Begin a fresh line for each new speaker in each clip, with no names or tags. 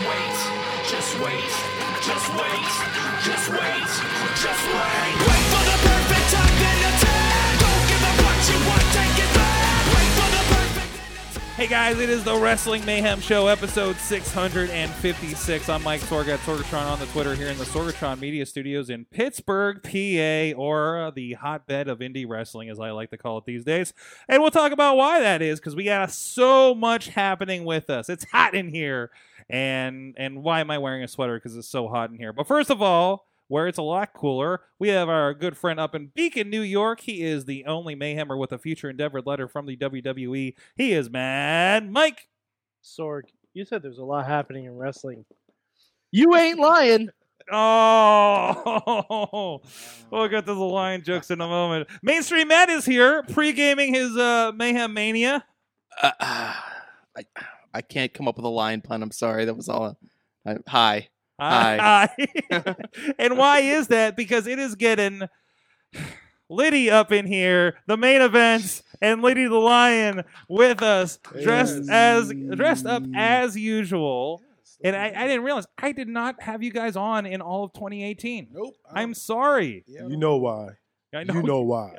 wait, just wait, just wait, just wait, just wait. Wait for the perfect time then attack. Don't give up what you want, take it back. Wait for the perfect.
Hey guys, it is the Wrestling Mayhem Show, episode 656. I'm Mike Sorg at Sorgatron on the Twitter here in the Sorgatron Media Studios in Pittsburgh, PA, or uh, the hotbed of indie wrestling, as I like to call it these days. And we'll talk about why that is, because we got so much happening with us. It's hot in here, and and why am I wearing a sweater? Because it's so hot in here. But first of all. Where it's a lot cooler, we have our good friend up in Beacon, New York. He is the only Mayhemmer with a future endeavor letter from the WWE. He is Mad Mike.
Sorg, you said there's a lot happening in wrestling. You ain't lying.
Oh, we'll get to the line jokes in a moment. Mainstream Matt is here, pre-gaming his uh, Mayhem Mania.
Uh, I, I can't come up with a line pun. I'm sorry. That was all. I, hi. Hi.
Hi. and why is that? Because it is getting Liddy up in here, the main events, and Liddy the Lion with us, dressed
Yes.
as dressed up as usual. And I, I didn't realize I did not have you guys on in all of 2018.
Nope. I
I'm
don't-
sorry.
yeah, I
You
don't-
know why.
I
You know why.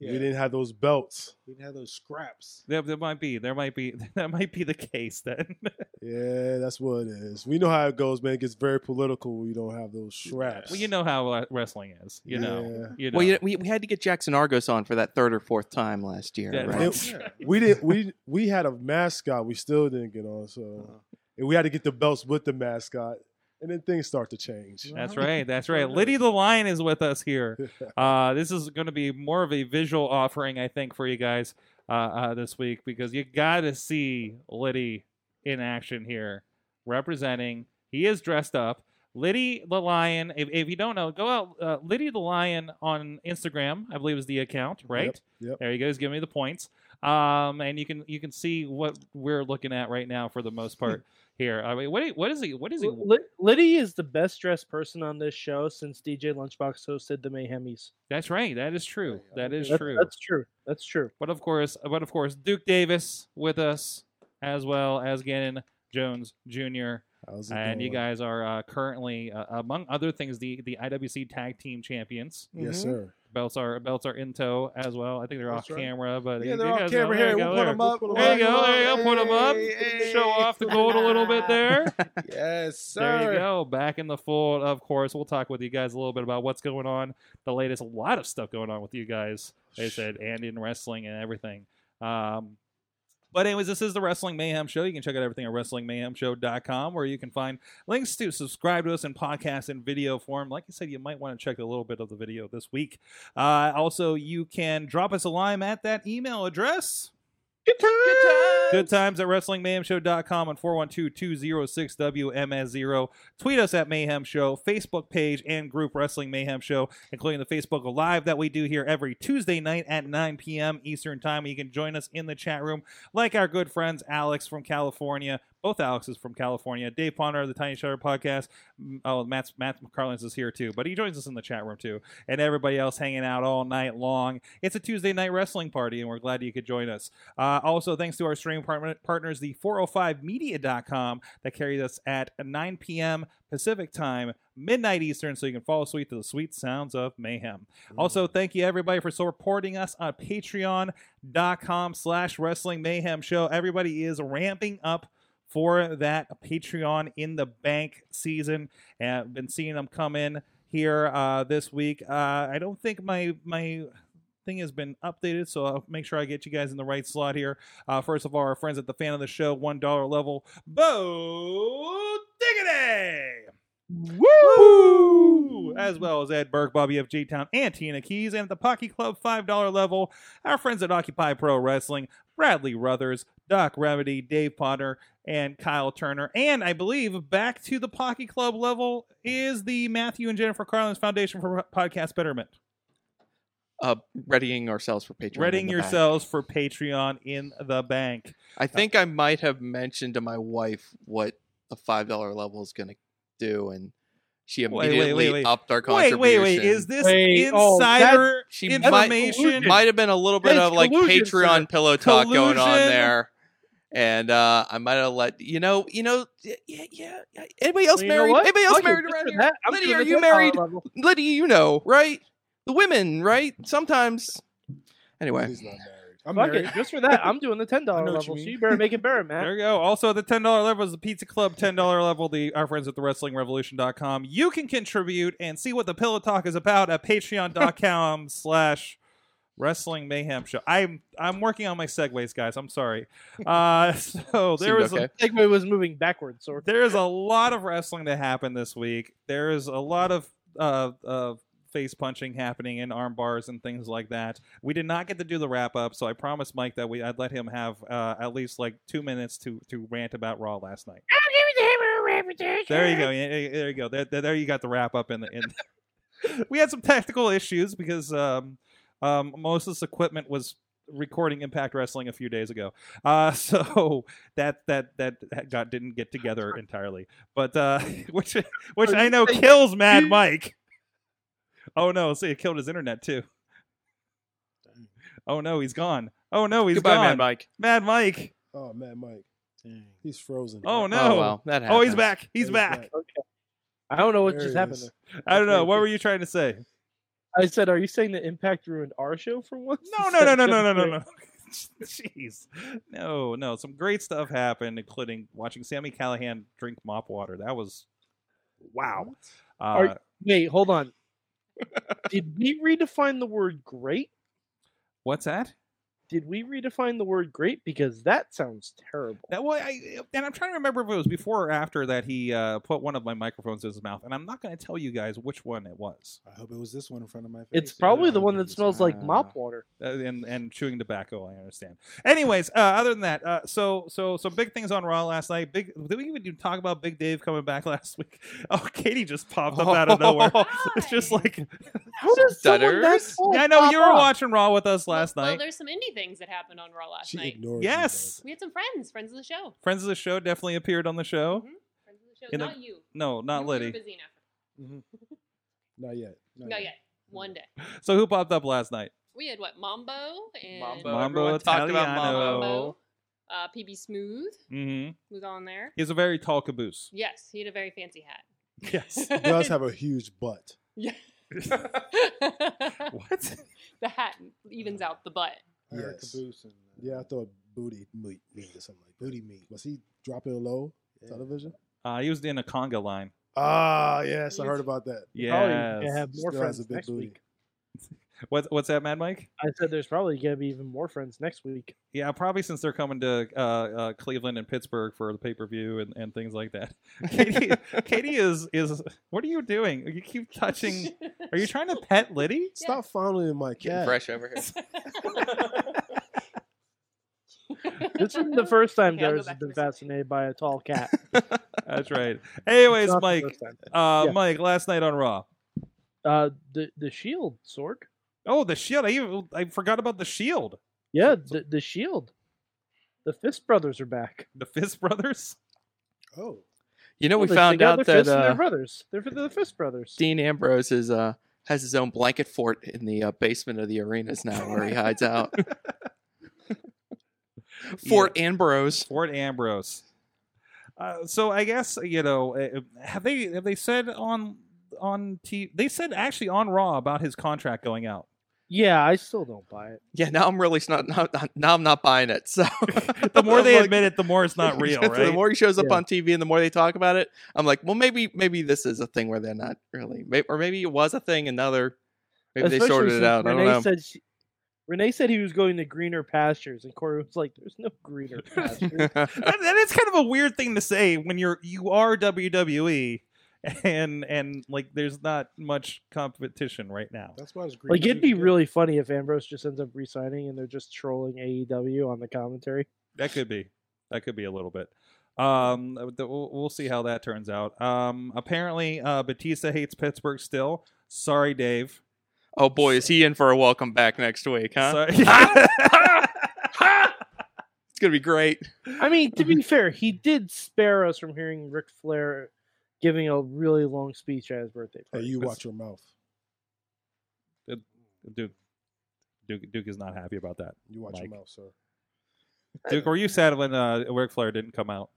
yeah,
We didn't have those belts.
we didn't have those scraps.
There, there might be. There might be. That might be the case then.
Yeah, that's what it is. We know how it goes, man. It gets very political when you don't have those straps.
well, you know how uh, wrestling is. You know. You know.
Well, you, we, we had to get Jackson Argos on for that third or fourth time last year,
Yeah,
right?
That's-
Yeah.
We didn't we we had a mascot we still didn't get on, so
Uh-huh.
and we had to get the belts with the mascot. And then things start to change.
That's right. That's right. Liddy the Lion is with us here. Uh, this is going to be more of a visual offering, I think, for you guys uh, uh, this week because you got to see Liddy in action here, representing. He is dressed up. Liddy the Lion. If, if you don't know, go out. Uh, Liddy the Lion on Instagram, I believe, is the account, right?
yep.
There you go. He's giving me the points. Um, and you can you can see what we're looking at right now for the most part here. I mean, what what is he? What is he?
L- Liddy is the best dressed person on this show since DJ Lunchbox hosted the Mayhemies.
That's right. That is true. That is
That's-
true.
That's true. That's true.
But of course, but of course, Duke Davis with us as well as Gannon Jones Jr.
How's it
And you
going?
guys are uh, currently, uh, among other things, the the IWC Tag Team Champions.
Yes,
Mm-hmm.
sir.
Belts are belts are in tow as well. I think they're
That's
off
right.
camera, but
Yeah,
you-
they're
you
off
guys know.
camera
There
here.
you
We'll
go.
put
There-
'em up. We'll
There you
put 'em
go.
up.
There you go. Put them up.
Hey,
Show off the gold a little bit there.
Yes, sir.
There you go. Back in the fold, of course. We'll talk with you guys a little bit about what's going on, the latest, a lot of stuff going on with you guys. They said, and in wrestling and everything. Um, but anyways, this is the Wrestling Mayhem Show. You can check out everything at WrestlingMayhemShow.com, where you can find links to subscribe to us in podcast and video form. Like I said, you might want to check a little bit of the video this week. Uh, also, you can drop us a line at that email address.
Good time.
Good times at WrestlingMayhemShow.com and 412-206-WMS0. Tweet us at Mayhem Show, Facebook page, and group Wrestling Mayhem Show, including the Facebook Live that we do here every Tuesday night at 9 p.m. Eastern Time. You can join us in the chat room like our good friends Alex from California. Both Alexes from California. Dave Ponder of the Tiny Shutter Podcast. Mm, Oh, Matt's, Matt McCarlins is here too, but he joins us in the chat room too. And everybody else hanging out all night long. It's a Tuesday night wrestling party, and we're glad you could join us. Uh, also, thanks to our streaming partner, partners, the 405media.com, that carries us at 9 p.m. Pacific time, midnight Eastern, so you can follow sweet to the sweet sounds of mayhem. Also, thank you everybody for supporting us on patreon.com slash wrestling mayhem show. Everybody is ramping up for that Patreon in the bank season. And I've been seeing them come in here uh, this week. Uh, I don't think my my thing has been updated, so I'll make sure I get you guys in the right slot here. Uh, first of all, our friends at the fan of the show, one dollar level, Bo Diggity. Woo! As well as Ed Burke, Bobby F. J Town, and Tina Keys, and at the Pocky Club $5 level, our friends at Occupy Pro Wrestling, Bradley Ruthers, Doc Remedy, Dave Potter, and Kyle Turner. And I believe back to the Pocky Club level is the Matthew and Jennifer Carlin's Foundation for Podcast Betterment.
Uh, readying ourselves for Patreon. in
Readying
the back.
yourselves for Patreon in the bank.
I think I might have mentioned to my wife what the five dollar level is going to do, and she
Wait, wait, wait,
immediately
wait.
upped our
Wait,
contribution.
wait, wait. Is this
Wait, oh, that-
insider
she might,
information?
might have been a little bit
That's
of like
collusion,
Patreon
sir.
pillow talk going on
Collusion.
there, and uh, I might have let you know, you know, yeah, yeah. yeah. Anybody else
Well, you know
married?
what?
Anybody else
Fuck it,
married
just
around
for
here?
that, I'm
Lydia,
doing
are
it
you
that power
married?
level.
Lydia, you know, right? The women, right? Sometimes. Anyway,
He's not married. I'm
Fuck
married.
it. Just for that, I'm doing the ten
I
dollar
know what
level.
you
so
mean.
you better make it better,
There
man.
you go. Also, the ten dollar level is the Pizza Club ten dollar level. The our friends at the Wrestling Revolution.com. You can contribute and see what the Pillow Talk is about at Patreon.com slash Wrestling Mayhem Show. I'm I'm working on my segues, guys. I'm sorry. Uh, so there
seemed
was a-
okay.
Segway was moving backwards, so
there is a lot of wrestling that happened this week. There is a lot of uh, uh, face punching happening and arm bars and things like that. We did not get to do the wrap up, so I promised Mike that we I'd let him have uh, at least like two minutes to to rant about Raw last night. There you go. Yeah, yeah, There you go. There, there, there you got the wrap up in the in. we had some technical issues because um, um, most of this equipment was recording Impact Wrestling a few days ago, uh, so that that that that got didn't get together entirely. But uh, which which I know kills Mad Mike. Oh no! See, it killed his internet too. Oh no, he's gone. Oh no, he's
Goodbye,
gone.
man, Mike.
Mad Mike.
Oh man, Mike, he's frozen.
Oh no.
Oh well, that happens.
Oh, he's back. He's
He's
back.
back.
I don't know what
There
just
he
happened.
is.
There.
I don't know. What were you trying to say?
I said, "Are you saying that Impact ruined our show for once?"
No, no, no, no, no, no, no, no. Jeez, no, no. Some great stuff happened, including watching Sammy Callahan drink mop water. That was wow. Uh,
Are- Wait, hold on. Did we redefine the word "great"?
what's that?
Did we redefine the word "great" because that sounds terrible?
That well, I, and I'm trying to remember if it was before or after that he uh, put one of my microphones in his mouth, and I'm not going to tell you guys which one it was.
I hope it was this one in front of my face.
It's probably the one that
It's
smells
not.
like mop water.
uh, and and chewing tobacco. I understand. Anyways, uh, other than that, uh, so so so big things on Raw last night. Big did we even do talk about Big Dave coming back last week? Oh, Katie just popped up out of nowhere. It's just like
How does someone that
Stutters?
tall
yeah, I know
pop
you were
up?
watching Raw with us
Well-
last
well,
night.
there's some indie things that happened on Raw last
She
night.
ignored you,
Yes.
dog.
We had some friends, friends of the show.
Friends of the show definitely appeared on the show.
Mhm. Friends of the show.
In the-
Not you.
No, not
you were- you were
Liddy.
busy enough.
Not yet.
Oh,
Not
Not
yet.
yet. One day.
So who popped up last night?
We had what? Mambo and
Mambo.
Mambo
everyone talked about
Italiano.
Mambo. Uh, PB Smooth
Mm-hmm.
was on there.
He's a very tall caboose.
Yes, he had a very fancy hat.
Yes.
He does have a huge butt.
Yeah.
what?
the hat evens out the butt.
I heard
Yes.
Caboose and, uh,
Yeah, I thought booty meat, meat or something like booty meat. Was he dropping low television?
Uh, he was in a conga line.
Ah, yes, I heard about that.
Probably
Yeah.
gonna have more
Still has
friends
a big
next
booty.
week.
What's what's that, Mad Mike?
I said there's probably gonna be even more friends next week.
Yeah, probably since they're coming to uh, uh, Cleveland and Pittsburgh for the pay per view and, and things like that. Katie, Katie is is what are you doing? You keep touching. Are you trying to pet Liddy?
Stop fondling my
Getting
cat.
fresh over here.
This isn't the first time
Okay, I'll go
Darius
back
has
to
been
my seat.
fascinated by a tall cat.
That's right. Anyways,
Not the
Mike,
first time.
uh,
Yeah.
Mike, last night on Raw.
Uh, the the shield sword.
Oh, the Shield! I even, I forgot about the Shield.
Yeah, the the shield. The Fist brothers are back.
The Fist Brothers.
Oh,
You know, we
They- they
found
got
out
their
that
fists and
uh,
they're brothers. They're the Fist brothers.
Dean Ambrose is uh has his own blanket fort in the uh, basement of the arenas now, where he hides out. Fort Ambrose.
Fort Ambrose. Uh, so I guess you know uh, have they have they said on on T they said actually on Raw about his contract going out.
Yeah, I still don't buy it.
Yeah, now I'm really s- not, not, not- now I'm not buying it. So
the more
I'm
they
like-
admit it, the more it's not real, right?
the more he shows up
Yeah.
on TV and the more they talk about it, I'm like, well, maybe maybe this is a thing where they're not really, may- or maybe it was a thing and now they're maybe they
Especially
sorted it
since
out.
Renee
I don't know.
said she- Renee said he was going to greener pastures, and Corey was like, "There's no greener pastures."
that, that is kind of a weird thing to say when you're you are WWE and and like there's not much competition right now.
That's why it's green.
like it'd
too.
be
Good.
really funny if Ambrose just ends up resigning and they're just trolling AEW E on the commentary.
That could be. That could be a little bit. Um, th- we'll, we'll see how that turns out. Um, apparently, uh, Batista hates Pittsburgh still. Sorry, Dave.
Oh boy, is he in for a welcome back next week, huh?
Sorry.
It's gonna be great.
I mean, to be fair, he did spare us from hearing Ric Flair giving a really long speech at his birthday
Hey,
party.
you watch your mouth.
Duke, Duke, Duke is not happy about that.
You watch
Mike.
your mouth, sir.
Duke, were you sad when uh, Ric Flair didn't come out?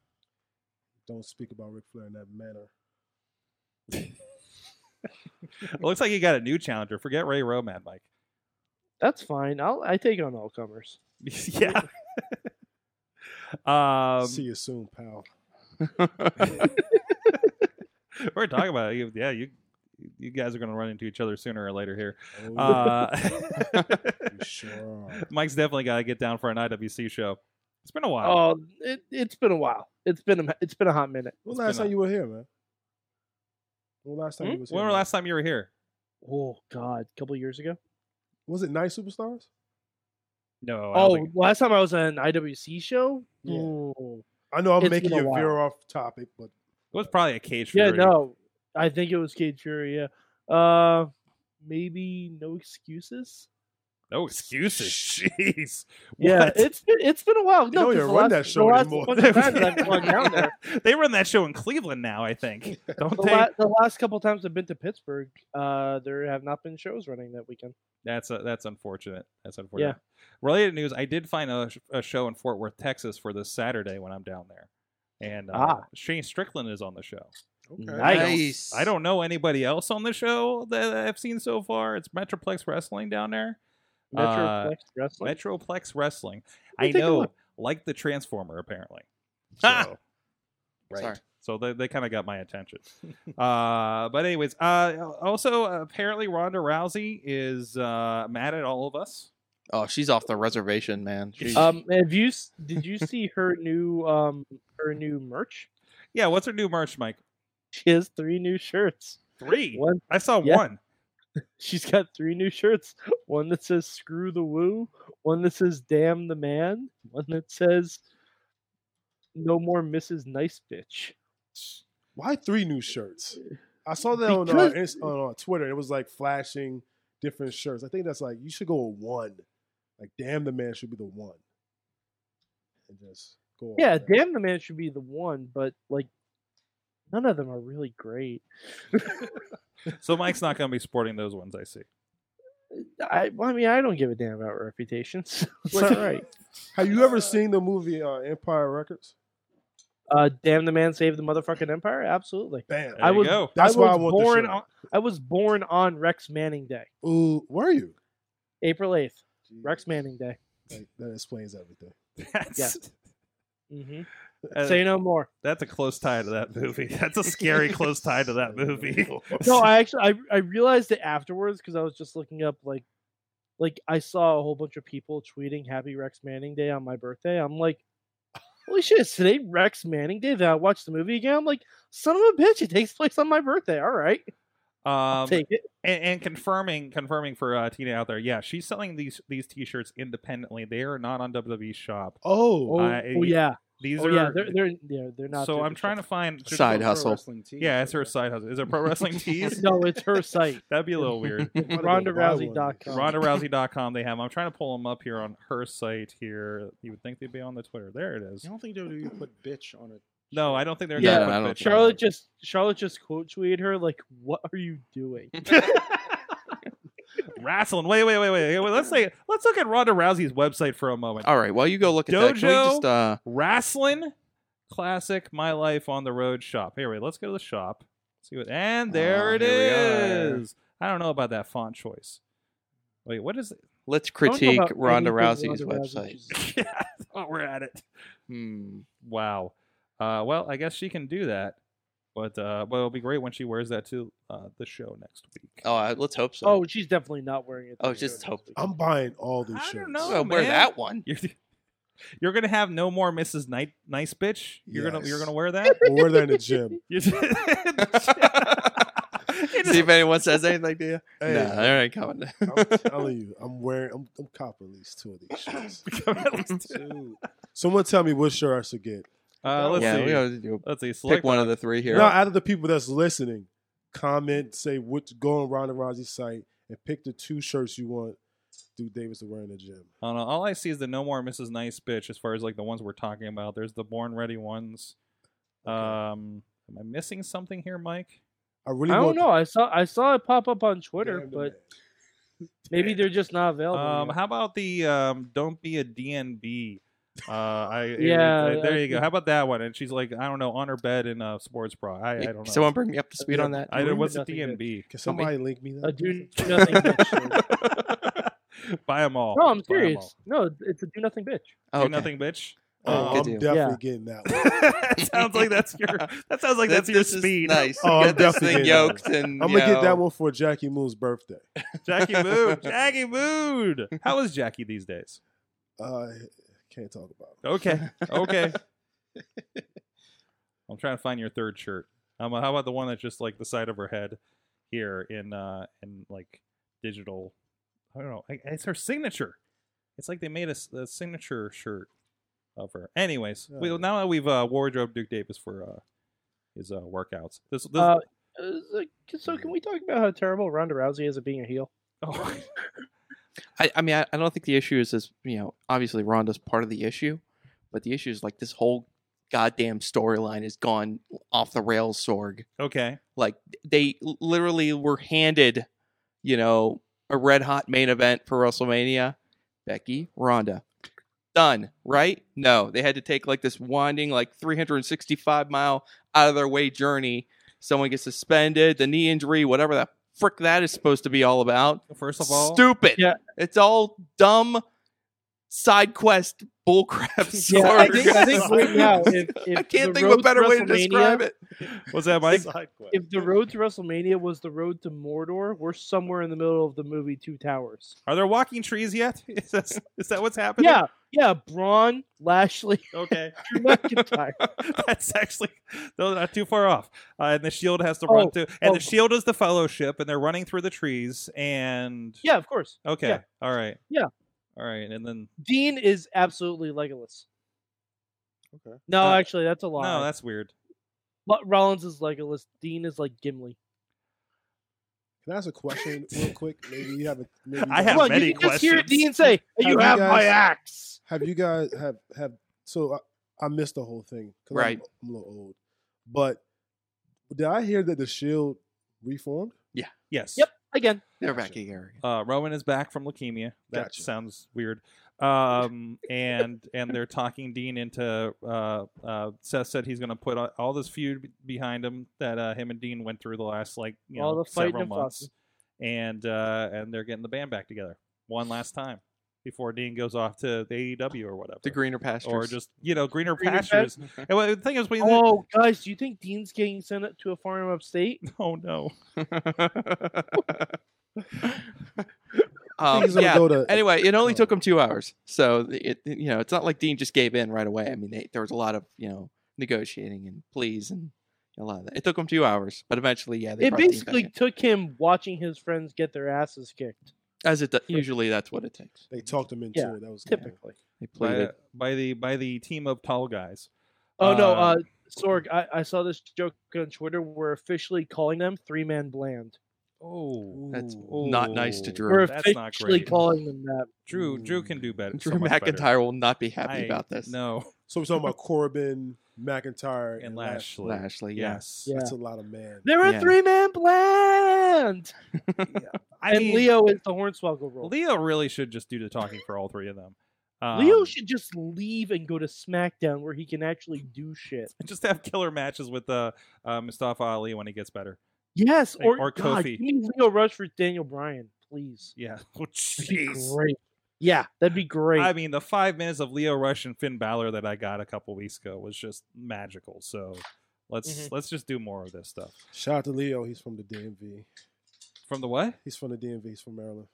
Don't speak about Ric Flair in that manner.
It looks like he got a new challenger. Forget Ray Roman, Mike.
That's fine. I'll I take on all comers.
yeah. um,
See you soon, pal.
we're talking about it. You- yeah. You you guys are going to run into each other sooner or later here.
Oh,
Uh,
you sure are.
Mike's definitely got to get down for an IWC show. It's been a while.
Oh, it, it's been a while. It's been a, it's been a hot minute.
When
It's
last
been
time
a-
you were here, man? When last time
Hmm?
you was here?
when was
man?
the last time you were here?
Oh God, a couple years ago.
Was it Night Superstars?
No. I don't
Oh,
think-
last time I was at an IWC show.
Yeah.
Ooh.
I know I'm
It's
making
been a
you
while.
veer off topic, but
it was probably a cage.
Yeah,
Fury.
no, I think it was Cage Fury. Yeah, uh, maybe no excuses.
No excuses. Jeez.
Yeah,
What?
it's been it's been a while. No,
don't
'cause
even
the
run
last- the
that show
last
anymore.
bunch of times I've gone down there,
they run that show in Cleveland now, I think. Don't
the,
they?
la- the last couple times I've been to Pittsburgh, uh, there have not been shows running that weekend.
That's uh that's unfortunate. That's unfortunate. Related news: I did find a, sh- a show in Fort Worth, Texas, for this Saturday when I'm down there, and uh,
Ah.
Shane Strickland is on the show.
okay.
Nice.
I don't know anybody else on the show that I've seen so far. It's Metroplex Wrestling down there. Uh,
Metroplex Wrestling.
Metroplex Wrestling.
me
I
take a
know,
look.
like the Transformer, apparently.
Ah!
So-
Sorry.
So they, they kind of got my attention. uh, but anyways, uh, also apparently Ronda Rousey is uh, mad at all of us.
Oh, she's off the reservation, man. She's-
um, have you s- did you see her new um her new merch?
Yeah, what's her new merch, Mike?
She has three new shirts.
Three.
One,
I saw
Yeah.
one.
she's got three new shirts. One that says "Screw the Woo," one that says "Damn the Man," one that says "No more Mrs. Nice Bitch."
Why three new shirts? I saw that on, uh,
Because-
Inst- on uh, Twitter. It was like flashing different shirts. I think that's like you should go with one. Like, damn, the man should be the one. And just go. off
Yeah,
that.
"Damn the Man" should be the one, but like none of them are really great.
So Mike's not going to be sporting those ones. I see.
I, well, I mean, I don't give a damn about reputations. it's
Wait.
all right.
Have you ever seen the movie uh, Empire Records?
Uh, "Damn the Man" saved the motherfucking empire. Absolutely.
Bam.
There
I
you
was-
go.
That's
I
why I
was
want
born
the shirt.
on- I was born on Rex Manning Day,
Ooh, where are you?
April eighth. Rex Manning Day.
Like, that explains everything.
That's,
hmm
uh,
Say no more.
that's a close tie to that movie. That's a scary close tie to that movie.
no, I actually I, I realized it afterwards because I was just looking up like like I saw a whole bunch of people tweeting Happy Rex Manning Day on my birthday. I'm like, holy shit, is today Rex Manning Day? Then I watched the movie again. I'm like, son of a bitch, it takes place on my birthday. All right,
Um,
take it.
and, and confirming confirming for uh, Tina out there, yeah, she's selling these these T-shirts independently. They are not on WWE shop.
Oh,
Oh,
I-
oh, yeah,
These
oh
are
yeah, they're they're yeah, they're not. E
so
doing
I'm
the
trying to
shit.
find just-
Side hustle.
Yeah, it's her side hustle. Is it pro wrestling tees?
No, it's her site,
That'd be a little weird.
Wanna go
Ronda
buy one.
Rousey.com.
RondaRousey.com. They have. 'em. I'm trying to pull them up here on her site. Here, you would think they'd be on the Twitter. There it is.
I don't think WWE put bitch on it.
No, I don't think they're.
Yeah,
gonna
I
put
don't
bitch
think-
Charlotte just Charlotte just quote tweeted her like, "What are you doing?"
wrestling. Wait, wait, wait, wait. wait, Let's say let's look at Ronda Rousey's website for a moment.
All right, while you go look at that, can we
Dojo?
just uh
Wrestling classic, my life on the road shop. Here, wait. Let's go to the shop. See what. And there
Ah,
it
here we are.
is. I don't know about that font choice. Wait, what is
let's
Don't know
critique
about
Ronda
anything
Rousey's
Ronda Rousey.
website.
She's-
it? oh, we're at it.
Hmm.
Wow. Uh, well, I guess she can do that, but uh, but it'll be great when she wears that to uh, the show next week.
Oh, uh, let's hope so.
Oh, she's definitely not wearing it.
Oh,
this year.
just hope-
I'm buying all these
I
shirts.
don't know.
Well, wear
man.
that one.
You're you're gonna have no more Mrs. Night, nice bitch. You're gonna you're
Yes.
gonna wear that.
Well, we're there in the gym.
You're-
See if anyone says anything to you.
Hey,
No, they ain't coming.
I'm telling you, I'm wearing, I'm, I'm copping at least two of these shirts.
Come at least-
Two.
Someone tell me what shirt I should get.
Uh, let's
yeah,
see.
we always do.
let's see.
Pick
Select
one of the three here.
Now, out of the people that's listening, comment, say what's going around the Razi's site, and pick the two shirts you want. Dude Davis to wear in the gym.
I don't know. All I see is the No More Mrs. Nice Bitch as far as like the ones we're talking about. There's the Born Ready ones. Um, am I missing something here, Mike?
I really
I don't
want
know. I saw I saw it pop up on Twitter,
Damn the
but
man.
maybe they're just not available.
Um,
yet.
how about the um, Don't Be a DNB? Uh, I,
Yeah,
I- there
I
you go.
think-
How about that one? And she's like, I don't know, on her bed in a sports bra. I, I
Hey,
don't know.
Someone bring me up to speed on that.
I don't. What's a
Nothing good.
DNB?
Can somebody link me that?
a uh, do do nothing bitch. shirt.
Buy them all.
No, I'm
Buy 'em
serious.
all.
No, it's a do nothing bitch.
Oh,
Do
okay.
nothing, bitch.
Oh,
Good
I'm
deal.
definitely
Yeah.
getting that one.
that sounds like that's your. That sounds like
That-
that's your
this is
speed.
Nice.
Oh, I'm
Get this
definitely
thing
getting that
yoked and
I'm
you
gonna get
know,
that one for Jackie Moon's birthday.
Jackie Mood. Jackie Mood. How is Jackie these days?
Uh, can't talk about. It.
Okay. Okay. I'm trying to find your third shirt. Um, how about the one that's just like the side of her head here in uh in like digital? I don't know. I- It's her signature. It's like they made a, s- a signature shirt of her. Anyways, we,
Oh.
now that we've uh, wardrobe Duke Davis for uh, his uh, workouts. This, this
Uh, Uh, like, So can we talk about how terrible Ronda Rousey is at being a heel?
oh,
I, I mean, I, I don't think the issue is as you know. Obviously, Ronda's part of the issue, but the issue is like this whole goddamn storyline has gone off the rails. Sorg,
okay.
like they l- literally were handed, you know, a red hot main event for WrestleMania. Becky, Ronda, done. Right? No, they had to take like this winding, like 365 mile out of their way journey. Someone gets suspended, the knee injury, whatever that frick that is supposed to be all about
First of all,
stupid.
Yeah.
It's all dumb side quest bullcrap.
Yeah, I
Sorg.
think, I think right now, if, if
I can't
the
think of a
road
better way to
WrestleMania-
describe it.
what's that, Mike?
Side quest.
If the road to WrestleMania was the road to Mordor, we're somewhere in the middle of the movie Two Towers.
Are there walking trees yet? Is that, is that what's happening?
Yeah, yeah, Braun, Lashley,
Okay.
Drew McIntyre.
That's actually no, not too far off. Uh, and the shield has to run
Oh,
through. And
oh.
the shield is the fellowship, and they're running through the trees. And
Yeah, of course.
okay,
yeah.
all right,
Yeah.
all right. And then
Dean is absolutely Legolas.
Okay.
No,
Uh,
actually, that's a lie.
no, that's weird.
Lo- Rollins is Legolas. Dean is like Gimli.
Can I ask a question real quick? Maybe you have a. Maybe you
I
guys-
have
Come on,
many
you can just hear
questions.
Dean say, "You
you
have my
guys-
axe."
Have you guys have have so I, I missed the whole thing 'cause
Right.
I'm, I'm a little old, but did I hear that the Shield reformed?
Yes.
Yep. Again,
They're back here.
Uh, Rowan is back from leukemia. That
Gotcha.
sounds weird. Um, and and they're talking Dean into. Uh, uh, Seth said he's going to put all, all this feud be- behind him that uh, him and Dean went through the last like you
All
know
the fighting
several
and
months, and uh, and they're getting the band back together one last time before Dean goes off to the AEW or whatever,
The greener pastures.
or just you know greener,
Greener
pastures. And well, the thing is, we
oh guys, do you think Dean's getting sent up to a farm upstate?
oh no,
I
um,
think he's gonna
yeah.
go to
Anyway, it only
Oh.
took them two hours, so it it- you know it's not like Dean just gave in right away. I mean, they, there was a lot of you know negotiating and pleas and a lot of that. It took them two hours, but eventually, yeah, they
It
brought Dean back
basically
in.
took him watching his friends get their asses kicked.
as it do- usually that's what it takes.
They talked him into
Yeah,
it. That was good.
Typically.
They pleaded.
by, by the by the team of tall guys.
Oh no,
Uh,
uh, Sorg, I, I saw this joke on Twitter. We're officially calling them three man bland.
Oh,
That's
Ooh.
not nice to Drew.
We're
That's not
officially
great.
calling them that.
Drew Drew can do better. so
Drew
much better.
McIntyre will not be happy
I-
about this.
No,
So we're talking about Corbin, McIntyre,
and Lashley.
Lashley, yeah.
Yes.
Yeah.
That's a lot of man.
They're a
Yeah.
three man bland.
I
And
mean,
Leo is the hornswoggle role.
Leo really should just do the talking for all three of them. Um,
Leo should just leave and go to SmackDown where he can actually do shit.
just have killer matches with uh, uh, Mustafa Ali when he gets better.
Yes,
Like,
or,
or
God,
Kofi.
give me Leo Rush for Daniel Bryan, please.
Yeah. Oh,
That'd be
jeez.
great. Yeah, that'd be great.
I mean, the five minutes of Leo Rush and Finn Balor that I got a couple weeks ago was just magical. So let's
Mhm.
let's just do more of this stuff.
Shout out to Leo. He's from the DMV.
From the what?
He's from the DMV. He's from Maryland.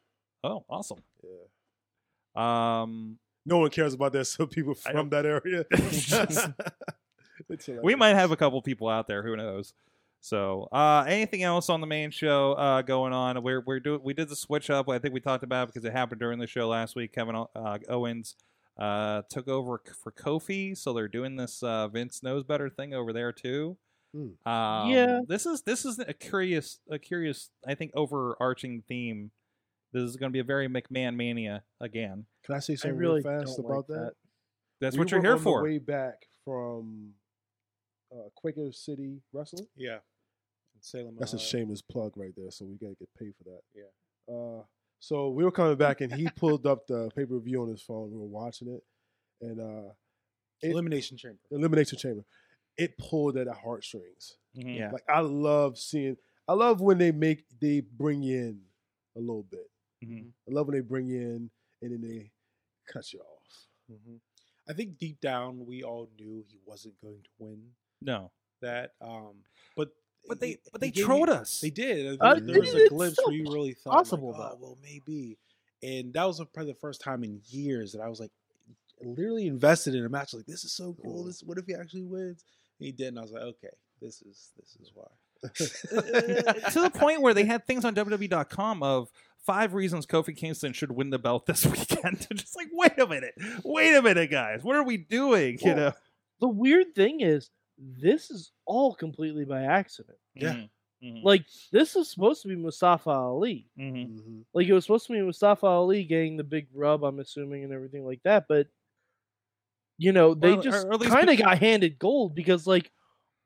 Oh, awesome.
Yeah.
Um,
No one cares about that. So people
I
from that area. It's
we
hilarious.
might have a couple people out there. Who knows? So, uh, anything else on the main show uh, going on? We're we're doing we did the switch up. I think we talked about it because it happened during the show last week. Kevin uh, Owens uh, took over c- for Kofi, so they're doing this uh, Vince knows better thing over there too.
Hmm.
Um,
Yeah.
this is this is a curious, a curious, I think overarching theme. This is going to be a very McMahon mania again.
Can I say
I
something
really
real fast
don't
about
like that.
That's
We
what you're
were
here
on the
for.
way back from uh, Quaker City Wrestling.
Yeah. In Salem.
That's a
Ohio.
shameless plug right there. So we gotta get paid for that.
Yeah.
Uh, so we were coming back, and he pulled up the pay per view on his phone. We were watching it, and uh, it-
Elimination Chamber.
Elimination Chamber. It pulled at our heartstrings.
Mhm.
Yeah.
Like I love seeing. I love when they make they bring you in a little bit.
Mhm.
Mm-hmm.
I love when they bring you in and then they cut you off.
hmm I think deep down we all knew he wasn't going to win
No,
that. Um, but
but they
he-
but
he
they
gave
trolled
you-
us.
They did.
Uh,
there was a
it's
glimpse
so
where you really thought, like,
possible,
oh,
though.
well, maybe. And that was probably the first time in years that I was like, literally invested in a match. Like, this is so cool. This, what if he actually wins? And he didn't. I was like, okay, this is this is why.
to the point where they had things on WWE.com of five reasons Kofi Kingston should win the belt this weekend. Just like, wait a minute, wait a minute, guys, what are we doing? You
Well,
know,
The weird thing is, this is all completely by accident.
yeah.
Mhm.
Like this was supposed to be Mustafa Ali.
Mhm.
Mm-hmm.
Like it was supposed to be Mustafa Ali getting the big rub, I'm assuming, and everything like that. But you know, they
Well, or-
just
or at least
kind of
be-
got handed gold because, like,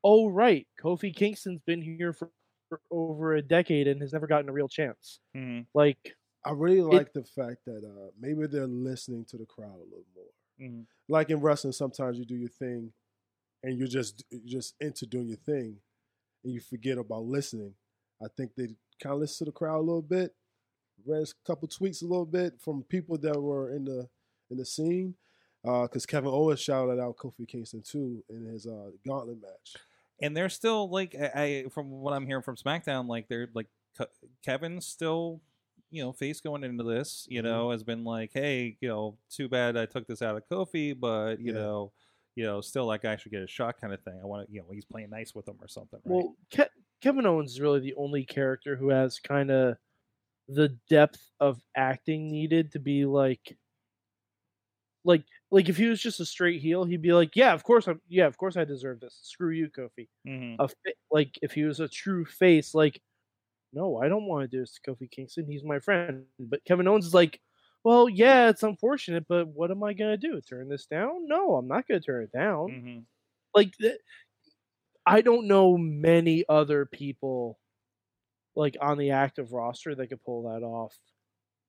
oh right, Kofi Kingston's been here for, for over a decade and has never gotten a real chance.
Mhm.
Like,
I really like the fact that uh, maybe they're listening to the crowd a little more.
Mhm.
Like in wrestling, sometimes you do your thing, and you're just you're just into doing your thing, and you forget about listening. I think they kind of listen to the crowd a little bit, read a couple tweets a little bit from people that were in the in the scene, because Kevin Owens shouted out Kofi Kingston too in his uh, gauntlet match.
And they're still like, I, I from what I'm hearing from SmackDown, like they're like Ke- Kevin's still, you know, face going into this, you know, has been like, hey, you know, too bad I took this out of Kofi, but you
Yeah.
know. You know, still like I should get a shot, kind of thing. I want to, you know, he's playing nice with them or something, right?
well, Ke- Kevin Owens is really the only character who has kind of the depth of acting needed to be like. Like, like if he was just a straight heel, he'd be like, "Yeah, of course I'm. Yeah, of course I deserve this. Screw you, Kofi."
Mhm.
a fa- like if he was a true face, like no, I don't want to do this to Kofi Kingston. He's my friend. But Kevin Owens is like, well, yeah, it's unfortunate, but what am I gonna do? Turn this down? No, I'm not gonna turn it down.
Mhm.
Like th- I don't know many other people like on the active roster that could pull that off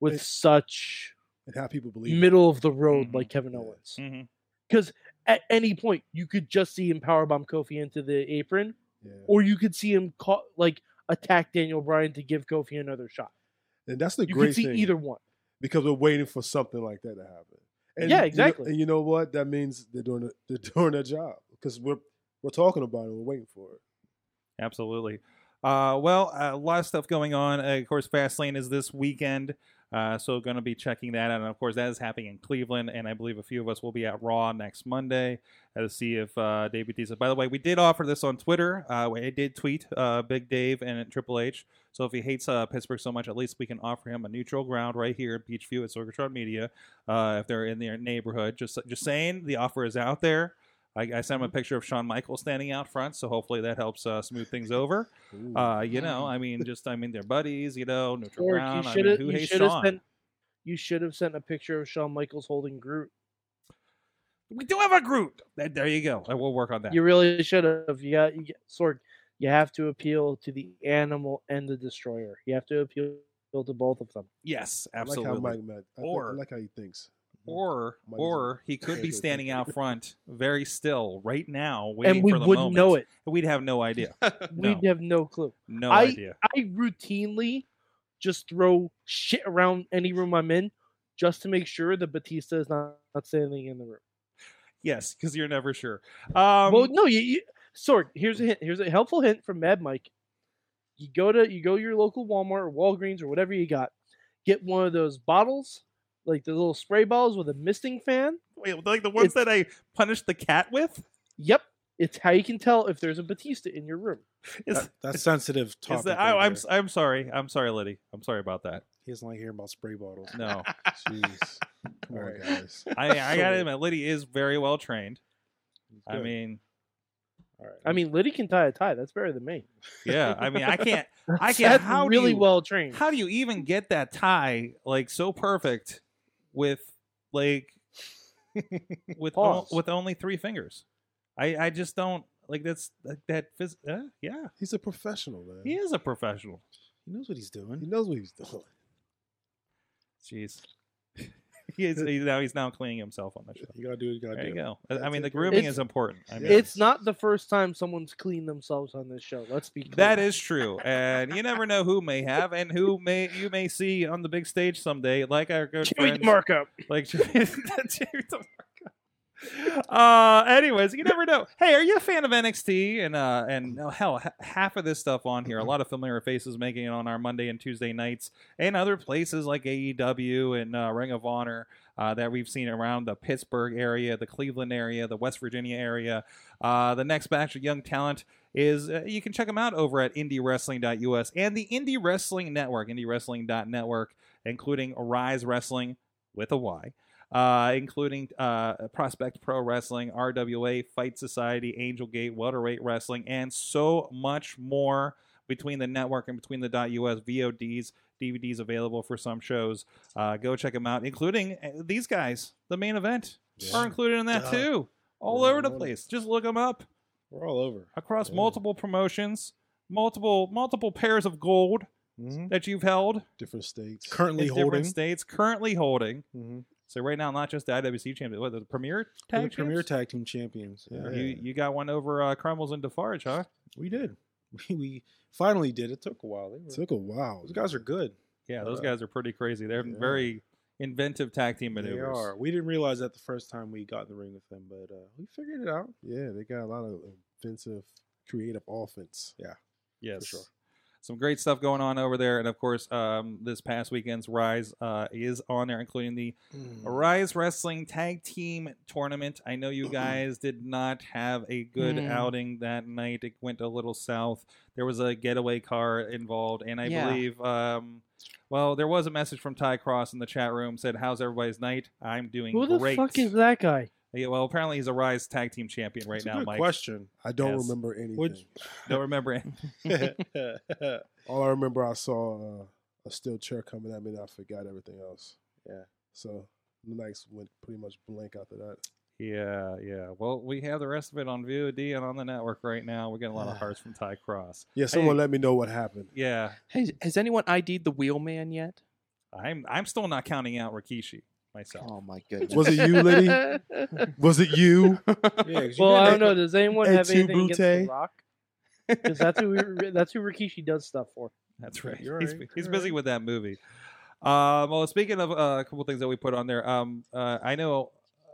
with
It's-
such
And how people believe it.
middle of the road
Mhm.
like Kevin
Yeah.
Owens.
Mhm.
Because at any point you could just see him powerbomb Kofi into the apron
Yeah.
or you could see him caught like attack Daniel Bryan to give Kofi another shot.
And that's the
You
great
could see
thing.
either one.
because we're waiting for something like that to happen.
Yeah,
you know-
exactly.
and you know what? That means they're doing it- they're doing their job because we're we're talking about it. We're waiting for it.
Absolutely. Uh, well, uh, a lot of stuff going on. Uh, of course, Fastlane is this weekend, uh, so going to be checking that out. And of course, that is happening in Cleveland, and I believe a few of us will be at Raw next Monday uh, to see if uh, David D. By the way, we did offer this on Twitter. Uh, I did tweet uh, Big Dave and Triple H. So if he hates uh, Pittsburgh so much, at least we can offer him a neutral ground right here at Beachview at Sorgatron Media uh, if they're in their neighborhood. Just just saying, the offer is out there. I, I sent him a picture of Shawn Michaels standing out front, so hopefully that helps uh, smooth things over.
Ooh.
Uh, you know, I mean, just I mean, they're buddies. You know, neutral
Or
ground.
you
I
should
mean,
have
who
you
hates
should have
Shawn?
sent you should have sent a picture of Shawn Michaels holding Groot.
We do have a Groot. There, there you go. I will work on that.
You really should have. You got you got- Sorg. You have to appeal to the animal and the destroyer. You have to appeal to both of them.
yes,
I
absolutely.
like how Mike Matt, I, think,
Or-
I like how he thinks. Mm-hmm.
or
Might as
or he could be standing out front, very still, right now, waiting
and we
for the
wouldn't
moment.
know it.
We'd have no idea.
We'd have no clue.
No
I-
idea.
I routinely just throw shit around any room I'm in just to make sure that Batista is not, not standing in the room.
Yes, because you're never sure. Um,
well, no, you, you Sorg, here's a hint. Here's a helpful hint from Mad Mike. You go to you go to your local Walmart or Walgreens or whatever you got. Get one of those bottles, like the little spray bottles with a misting fan.
wait, like the ones
it's-
that I punished the cat with.
Yep, it's how you can tell if there's a Batista in your room.
Is,
That, that's sensitive
is
topic.
that,
right
I, I'm
there.
I'm sorry. I'm sorry, Liddy. I'm sorry about that.
He doesn't like hearing about spray bottles.
No,
Jeez. Come on,
Alright.
guys.
I, I gotta admit, Liddy is very well trained. I
Good.
mean,
All right.
I mean, Liddy can tie a tie. That's better than me.
yeah, I mean, I can't. I
That's-
can't.
that's
How do
really
you-
well trained.
How do you even get that tie like so perfect with like with o-
Pause.
with only three fingers? I I just don't like that's that, that phys- uh, yeah.
He's a professional, man.
He is a professional.
he knows what he's doing.
He knows what he's doing.
Jeez. he is, he's now he's now cleaning himself on the show.
You gotta do what you gotta
There
do.
you go. I- I
That's
mean, the
it.
grooming
It's-
is important. I mean,
It's not the first time someone's cleaned themselves on this show. Let's be clear.
That is true, and you never know who may have and who may you may see on the big stage someday, like our good
Give me the
friends,
markup.
like Jimmy the Marco. Uh, anyways, you never know. Hey, are you a fan of NXT? And uh, and oh, hell, h- half of this stuff on here, a lot of familiar faces making it on our Monday and Tuesday nights, and other places like AEW and uh, Ring of Honor. Uh, that we've seen around the Pittsburgh area, the Cleveland area, the West Virginia area. Uh, the next batch of young talent is uh, you can check them out over at indiewrestling.us and the Indie Wrestling Network, indiewrestling.network, including Rise Wrestling with a Y, uh, including uh, Prospect Pro Wrestling, RWA, Fight Society, Angel Gate, Welterweight Wrestling, and so much more between the network and between the .us VODs, DVDs available for some shows. Uh, go check them out, including uh, these guys. The main event
Yeah.
are included in that
Duh.
too, all
Yeah,
over the
what a-
place. Just look them up
We're all over.
across
Yeah.
multiple promotions, multiple multiple pairs of gold
Mhm.
that you've held
Different states. Mm-hmm.
Currently
in Mm-hmm. different
holding.
states, currently holding.
Mhm.
So right now, not just the IWC champion, what the premier
We're
tag
the premier
champs?
tag team champions. Yeah.
You you got one over uh, Crumbles and Defarge, huh?
We did. We, we finally did. It took a while. They were-
Took a while.
those guys are good.
Yeah, those
Uh,
guys are pretty crazy. They're
yeah.
very inventive tag team maneuvers.
They are. We didn't realize that the first time we got in the ring with them, but uh, we figured it out.
Yeah, they got a lot of offensive, creative offense.
Yes.
sure.
Some great stuff going on over there, and of course, um, this past weekend's Rise uh, is on there, including the Rise Wrestling Tag Team Tournament. I know you guys did not have a good
Hmm.
Mm.
outing that night. It went a little south. There was a getaway car involved, and I
Yeah.
believe, um, well, there was a message from Ty Cross in the chat room said, "How's everybody's night? I'm doing
Who the
great." Uh,
fuck is that guy?
Yeah, well, apparently he's a Rise Tag Team Champion right
It's a
now,
good
Mike.
question.
I don't
Yes.
remember anything.
Would-
Don't remember it.
yeah,
All I remember, I saw uh, a steel chair coming at me, and I forgot everything else. So the nights went pretty much blank after that.
Yeah, yeah. Well, we have the rest of it on VOD and on the network right now. We're getting a lot of hearts from Ty Cross.
Yeah, someone let me know what happened.
Yeah,
Has, has anyone ID'd the wheelman yet?
I'm I'm still not counting out Rikishi myself.
Oh my goodness.
Was it you, Liddy? Was it you?
'cause you
well, I
did
don't know. Does anyone
Ed
have anything against The
Subute.
Rock? Because that's who we- that's who Rikishi does stuff for.
That's right.
You're
he's
right.
he's
You're
busy with that movie. Um, well, speaking of uh, a couple things that we put on there, um, uh, I know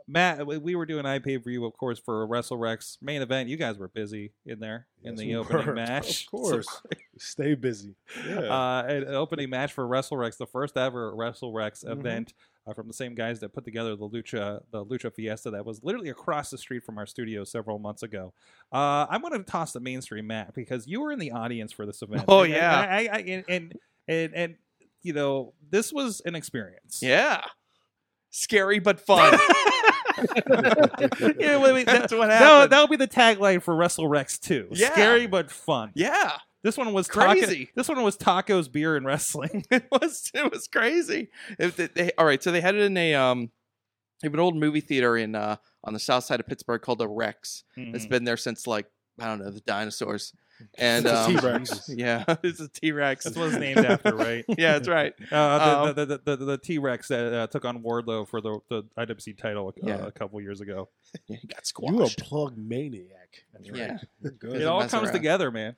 Matt. We, we were doing I pay per view, of course, for WrestleRex main event. You guys were busy in there in
Yes,
the
we
opening
were.
match,
Of course. Stay busy.
Yeah.
uh, an opening match for WrestleRex, the first ever WrestleRex
Mm-hmm.
event uh, from the same guys that put together the Lucha the Lucha Fiesta that was literally across the street from our studio several months ago. Uh, I'm going to toss the mainstream, Matt, because you were in the audience for this event.
Oh,
And- and
yeah.
I, I, and, and and and you know this was an experience.
Yeah. Scary but fun.
Yeah, wait, wait,
That's what
That
happened.
that'll be the tagline for WrestleRex 2.
Yeah.
Scary but fun.
yeah.
This one was Taco,
Crazy.
this one was tacos, beer, and wrestling.
it was it was crazy. If they, they- all right, so they had it in a um, they have an old movie theater in uh on the south side of Pittsburgh called the Rex. It's been there since like I don't know the dinosaurs. And
It's a
um,
T-Rex.
yeah, it's a T Rex.
That's what it's named after, right?
yeah, that's right.
Uh,
Um,
the, the, the, the, the T-Rex that uh, took on Wardlow for the, the IWC title uh,
Yeah.
a couple years ago.
Yeah, he got
You a
squashed.
plug maniac.
yeah.
You're
It
good.
Doesn't
all
mess
comes
around.
together, man.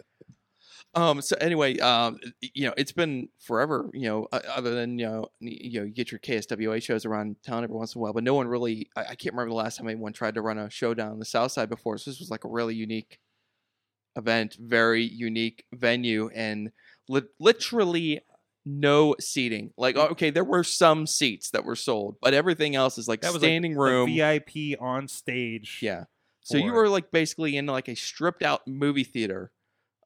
Um. So anyway, um, you know, it's been forever. You know, o- other than you know, n- you know, you get your KSWA shows around town every once in a while, but no one really. I, I can't remember the last time anyone tried to run a show down on the south side before. So this was like a really unique event, very unique venue, and li- literally no seating. Like, okay, there were some seats that were sold, but everything else is like
That was, like,
standing
The
room.
VIP on stage.
Yeah. So you
for-
were like basically in like a stripped out movie theater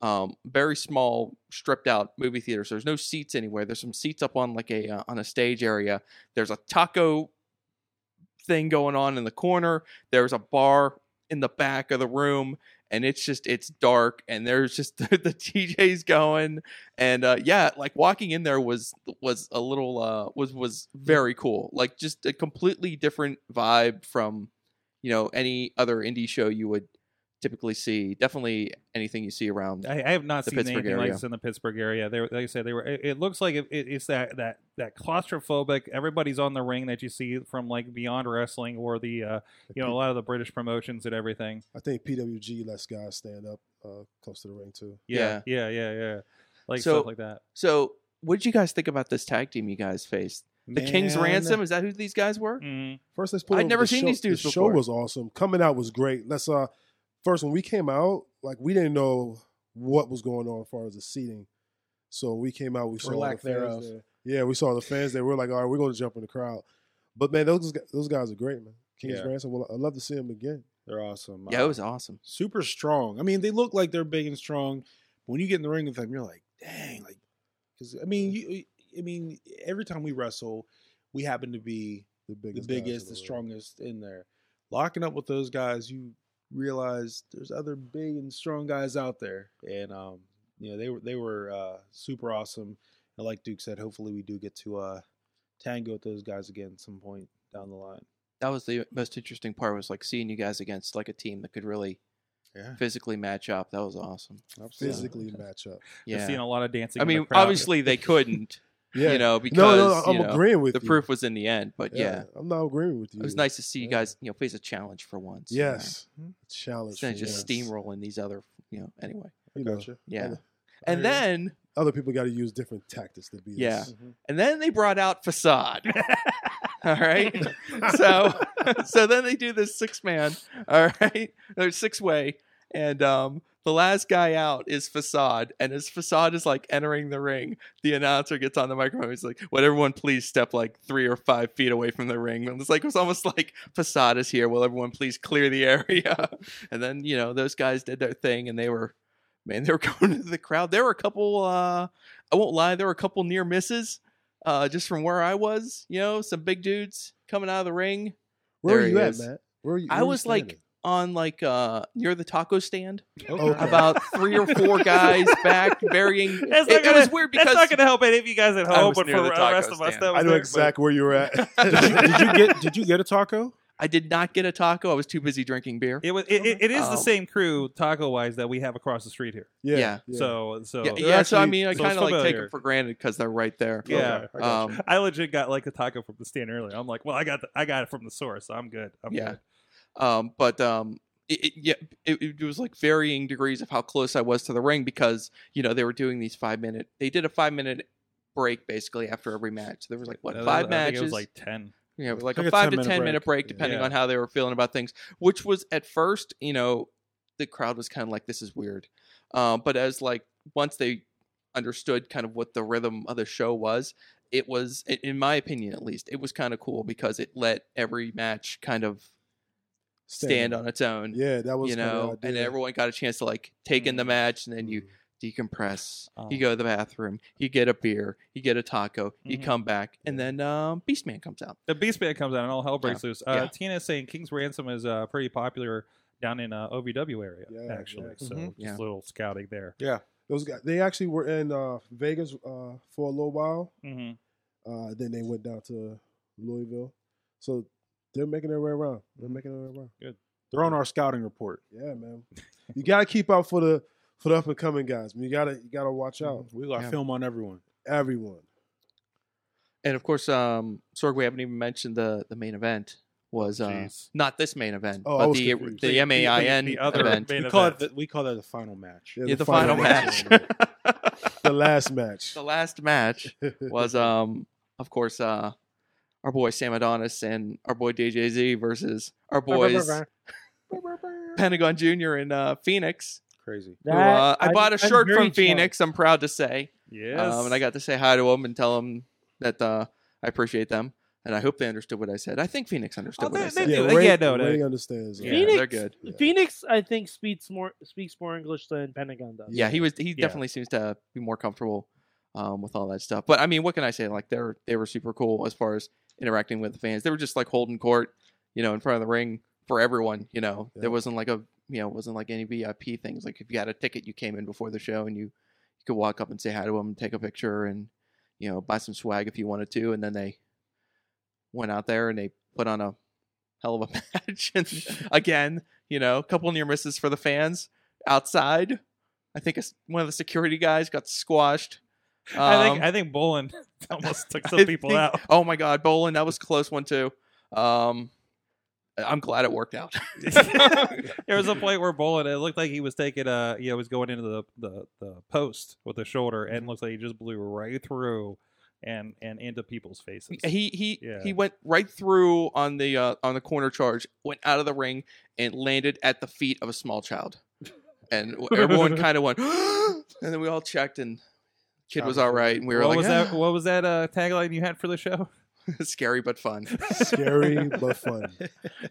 um, very small, stripped out movie theaters. There's no seats anywhere. There's some seats up on like a uh, on a stage area. There's a taco thing going on in the corner. There's a bar in the back of the room, and it's just it's dark, and there's just the, the TJ's going, and uh, yeah, like walking in there was was a little uh, was was very cool. Like just a completely different vibe from you know any other indie show you would typically see. Definitely anything you see around.
I, I have not
The
seen
Pittsburgh
anything like
area.
this in the Pittsburgh area. They were, like I said, they were. It, it looks like it, it- it's that that that claustrophobic. Everybody's on the ring that you see from like Beyond Wrestling or the uh, you know a lot of the British promotions and everything.
I think PWG lets guys stand up uh, close to the ring too.
Yeah, yeah, yeah, yeah. Like
So-
stuff like that.
So, what did you guys think about this tag team you guys faced? The King's
Man.
Ransom is that who these guys were?
Mhm.
First, let's put.
I'd
over
never
the
seen
show.
these dudes
The
before.
show was awesome. Coming out was great. Let's uh, first when we came out, like we didn't know what was going on as far as the seating. So when we came out, we saw
Or
all the
lack
fans
thereaf.
there. Yeah, we saw the fans there. We are like, all right, we're going to jump in the crowd. But man, those gu- those guys are great, man. King's
Yeah.
Ransom. Well, I'd love to see him again.
They're awesome.
Yeah,
Uh,
it was awesome.
super strong. I mean, they look like they're big and strong. But when you get in the ring with them, you're like, dang, like, because I mean, you, I mean, every time we wrestle, we happen to be
The
the
biggest, guys in
biggest, the
ring.
strongest in there. Locking up with those guys, you realize there's other big and strong guys out there, and um, you know they were they were uh, super awesome. And like Duke said, hopefully we do get to uh, tango with those guys again some point down the line.
That was the most interesting part was like seeing you guys against like a team that could really
Yeah,
physically match up. That was awesome.
Physically match up.
Just
Yeah.
seeing a lot of dancing.
I
in the
mean,
crowd.
obviously they couldn't,
Yeah.
you know, because
no, no, I'm
you know,
agreeing with
the
you.
proof was in the end. But yeah,
I'm not agreeing with you.
it was nice to see you
Yeah.
guys, you know, face a challenge for once. you know.
Yes, Mm-hmm. challenge.
Instead of
for
just
once.
steamrolling these other, you know, anyway.
You know,
Yeah.
Other,
And
hear you.
then,
other people got to use different tactics to beat
Yeah.
us.
and then they brought out Facade. All right. so so then they do this six man all right or six way and um the last guy out is facade and as facade is like entering the ring the announcer gets on the microphone he's like would everyone please step like three or five feet away from the ring and it's like it was almost like facade is here will everyone please clear the area and then you know those guys did their thing and they were man they were going into the crowd there were a couple uh i won't lie there were a couple near misses uh, just from where I was, you know, some big dudes coming out of the ring
Where
There
are
he
you at,
is.
Matt? Where are you?
I
where you
was, like,
standing?
on like uh near the taco stand.
Okay.
About three or four guys back burying.
That's
it,
not
it
gonna-
was weird
that's
because
not going to help any of you guys at
I
home,
was
but
near
for
the
the
taco
rest of us,
stand.
that was
I know
there,
exactly where you were at.
did, you, did you get did you get a taco?
I did not get a taco. I was too busy drinking beer.
but It was. It, it, it is
Um,
the same crew, taco wise, that we have across the street here.
Yeah.
Yeah.
So, so
yeah, yeah, so I
actually-
mean, I
so it's
kind of like take
familiar.
them for granted because they're right there.
yeah.
Okay, I got
Um,
you.
I legit got like a taco from the stand earlier. I'm like, well, I got the, I got it from the source. So I'm good. I'm
Yeah.
good.
um, but um, it, it, yeah, it, it was like varying degrees of how close I was to the ring because you know they were doing these five minute. They did a five minute break basically after every match. There was like what
Uh,
five
I think
matches?
It was like ten.
you know, like
Like
a
a
five to
10 minute
ten
break.
minute break, depending
Yeah.
on how they were feeling about things. Which was at first, you know, the crowd was kind of like, "This is weird," uh, but as like once they understood kind of what the rhythm of the show was, it was, i- in my opinion at least, it was kind of cool because it let every match kind of stand on its own.
Yeah, that was
You
kinda
know,
the
and
idea.
everyone got a chance to like take in the
Mm.
match, and then you decompress. You
Oh.
go to the bathroom. You get a beer. You get a taco. You
Mhm.
come back, and then um, Beastman comes out.
The Beast Band comes out and all hell breaks loose. Uh,
Yeah.
Tina's saying King's Ransom is uh, pretty popular down in uh, OVW area
Yeah,
actually.
yeah.
So
Mhm.
just
Mm-hmm. Yeah.
a little scouting there.
Those guys, they actually were in uh, Vegas uh, for a little while.
Mm-hmm.
Uh, then they went down to Louisville. So they're making their way around. They're making their way around.
They're on our scouting report.
Yeah, man. You gotta keep out for the for the up and coming guys. You gotta you gotta watch out.
Mm-hmm. We got
Yeah.
film on everyone.
Everyone.
and of course, um, Sorg, we haven't even mentioned the the main event was uh,
Jeez.
not this main event,
Oh, I
but
was
the
confused.
the M A I N
the other
event.
main
we call it
event.
the, we call that the final match.
Yeah, the final match.
the last match.
the last match was, um, of course, uh, our boy Sam Adonis and our boy DJZ versus our boys Pentagon Junior and uh, Phoenix.
Crazy.
who, uh, I, bought a shirt from Phoenix. I'm proud to say.
Yes.
Um, and I got to say hi to them and tell them that uh, I appreciate them. and I hope they understood what I said. I think Phoenix understood
Oh,
what
they-
I
they
said.
do.
Ray,
yeah, no, no.
Ray understands.
Yeah,
that.
Phoenix,
they're good.
Yeah.
Phoenix, I think speaks more speaks more English than Pentagon does.
yeah, he was. He definitely seems to be more comfortable um, with all that stuff. But I mean, what can I say? Like they're they were super cool as far as interacting with the fans. They were just like holding court, you know, in front of the ring for everyone. You know,
Yeah.
there wasn't like a you know it wasn't like any VIP things. Like if you had a ticket, you came in before the show and you you could walk up and say hi to them, take a picture, and you know buy some swag if you wanted to. And then they went out there and they put on a hell of a match. and again, you know, a couple near misses for the fans outside. I think it's- one of the security guys got squashed.
I think
Um,
I think Bolin almost took
I
some people
think-
out.
Oh my God, Bolin, that was a close one too. Um, I'm glad it worked out.
there was a point where Bolin it looked like he was taking uh you know, was going into the, the, the post with the shoulder and looks like he just blew right through and and into people's faces.
he he
Yeah.
he went right through on the uh, on the corner charge, went out of the ring, and landed at the feet of a small child, and everyone kind of went, and then we all checked, and kid was all right, and we were
what
like, "Ah."
was that what was that uh tagline you had for the show?
scary but fun,
Scary but fun.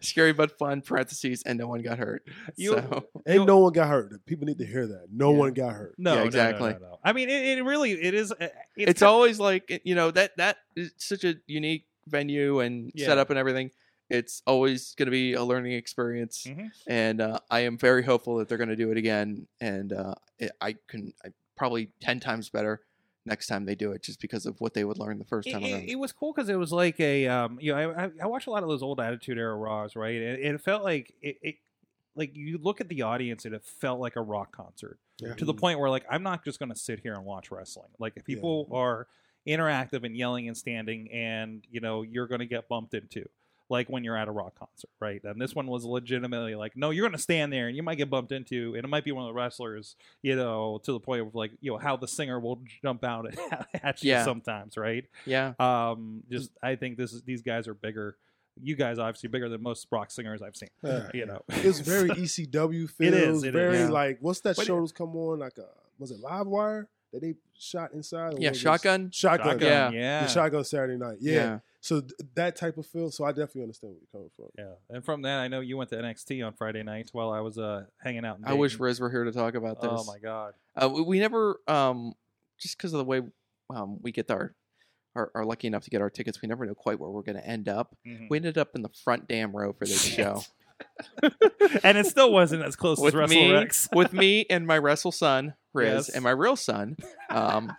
scary but fun. Parentheses, and no one got hurt.
You-
so
Ain't no one got hurt. People need to hear that. No
Yeah.
one got hurt.
No,
Yeah,
no, no,
exactly.
No, no, I mean, it, it really it is. uh, It's,
it's always like eh, you know that that is such a unique venue and
Yeah.
setup and everything. It's always going to be a learning experience,
Mhm.
and uh, I am very hopeful that they're going to do it again. And uh, it, I can I, probably ten times better next time they do it, just because of what they would learn the first
It,
time
it-
around.
it was cool because it was like a um, you know I, I, I watch a lot of those old Attitude Era Raws right, and it felt like it, it like you look at the audience and it felt like a rock concert
Yeah.
to the point where like I'm not just gonna sit here and watch wrestling. Like if people are interactive and yelling and standing, and you know you're gonna get bumped into. Like when you're at a rock concert, right? And this one was legitimately like, no, you're gonna stand there and you might get bumped into, and it might be one of the wrestlers, you know, to the point of like, you know, how the singer will jump out at, at you
Yeah.
sometimes, right?
yeah,
Um, just I think this is these guys are bigger. You guys obviously bigger than most rock singers I've seen.
Yeah.
You know,
Uh, It's very ECW feels.
It is, it is.
very
Yeah.
like what's that
But it-
show that's come on? Like a was it Live Wire that they shot inside? or
yeah,
was it-
shotgun.
Shotgun.
Shotgun,
Yeah.
Yeah.
yeah.
The shotgun Saturday night. Yeah. So th- that type of feel. So I definitely understand where you're coming from.
Yeah, and from that, I know you went to NXT on Friday nights while I was uh hanging out. In
I wish
Dayton.
Riz were here to talk about this.
Oh my god!
Uh, we, we never, um, just because of the way um, we get our, are, are lucky enough to get our tickets, we never know quite where we're going to end up.
Mhm.
We ended up in the front damn row for this show
and it still wasn't as close as
with
Wrestle
me,
Rex.
with me and my wrestle son Riz
Yes.
and my real son, um,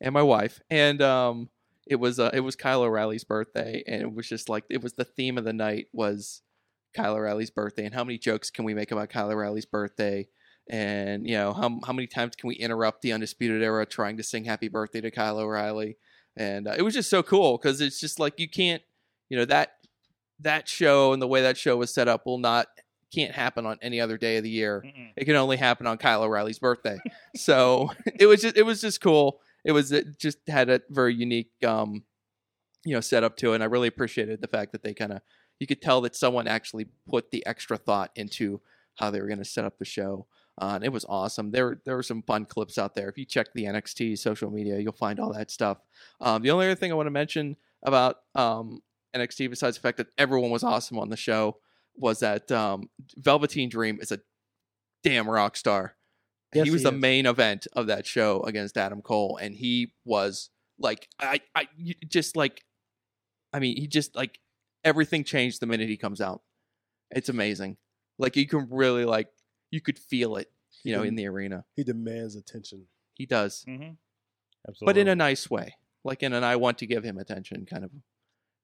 and my wife, and um, it was uh, it was Kyle O'Reilly's birthday, and it was just like it was the theme of the night was Kyle O'Reilly's birthday, and how many jokes can we make about Kyle O'Reilly's birthday? And you know how how many times can we interrupt the undisputed era trying to sing Happy Birthday to Kyle O'Reilly? And uh, it was just so cool because it's just like you can't, you know that that show and the way that show was set up will not can't happen on any other day of the year
Mm-mm.
it can only happen on Kyle O'Reilly's birthday. so it was just it was just cool. It was it just had a very unique um you know setup to it. And I really appreciated the fact that they kind of you could tell that someone actually put the extra thought into how they were going to set up the show. Uh, and it was awesome. There there were some fun clips out there. If you check the NXT social media, you'll find all that stuff. Um, the only other thing I want to mention about um, NXT, besides the fact that everyone was awesome on the show, was that um, Velveteen Dream is a damn rock star.
Yes,
he was
he
the
is.
main event of that show against Adam Cole, and he was like, I, I you- just like, I mean, he just like everything changed the minute he comes out. It's amazing. Like you can really like you could feel it, you know, in the arena.
He demands attention.
He does,
Mhm. Absolutely.
but in a nice way, like in an I want to give him attention kind of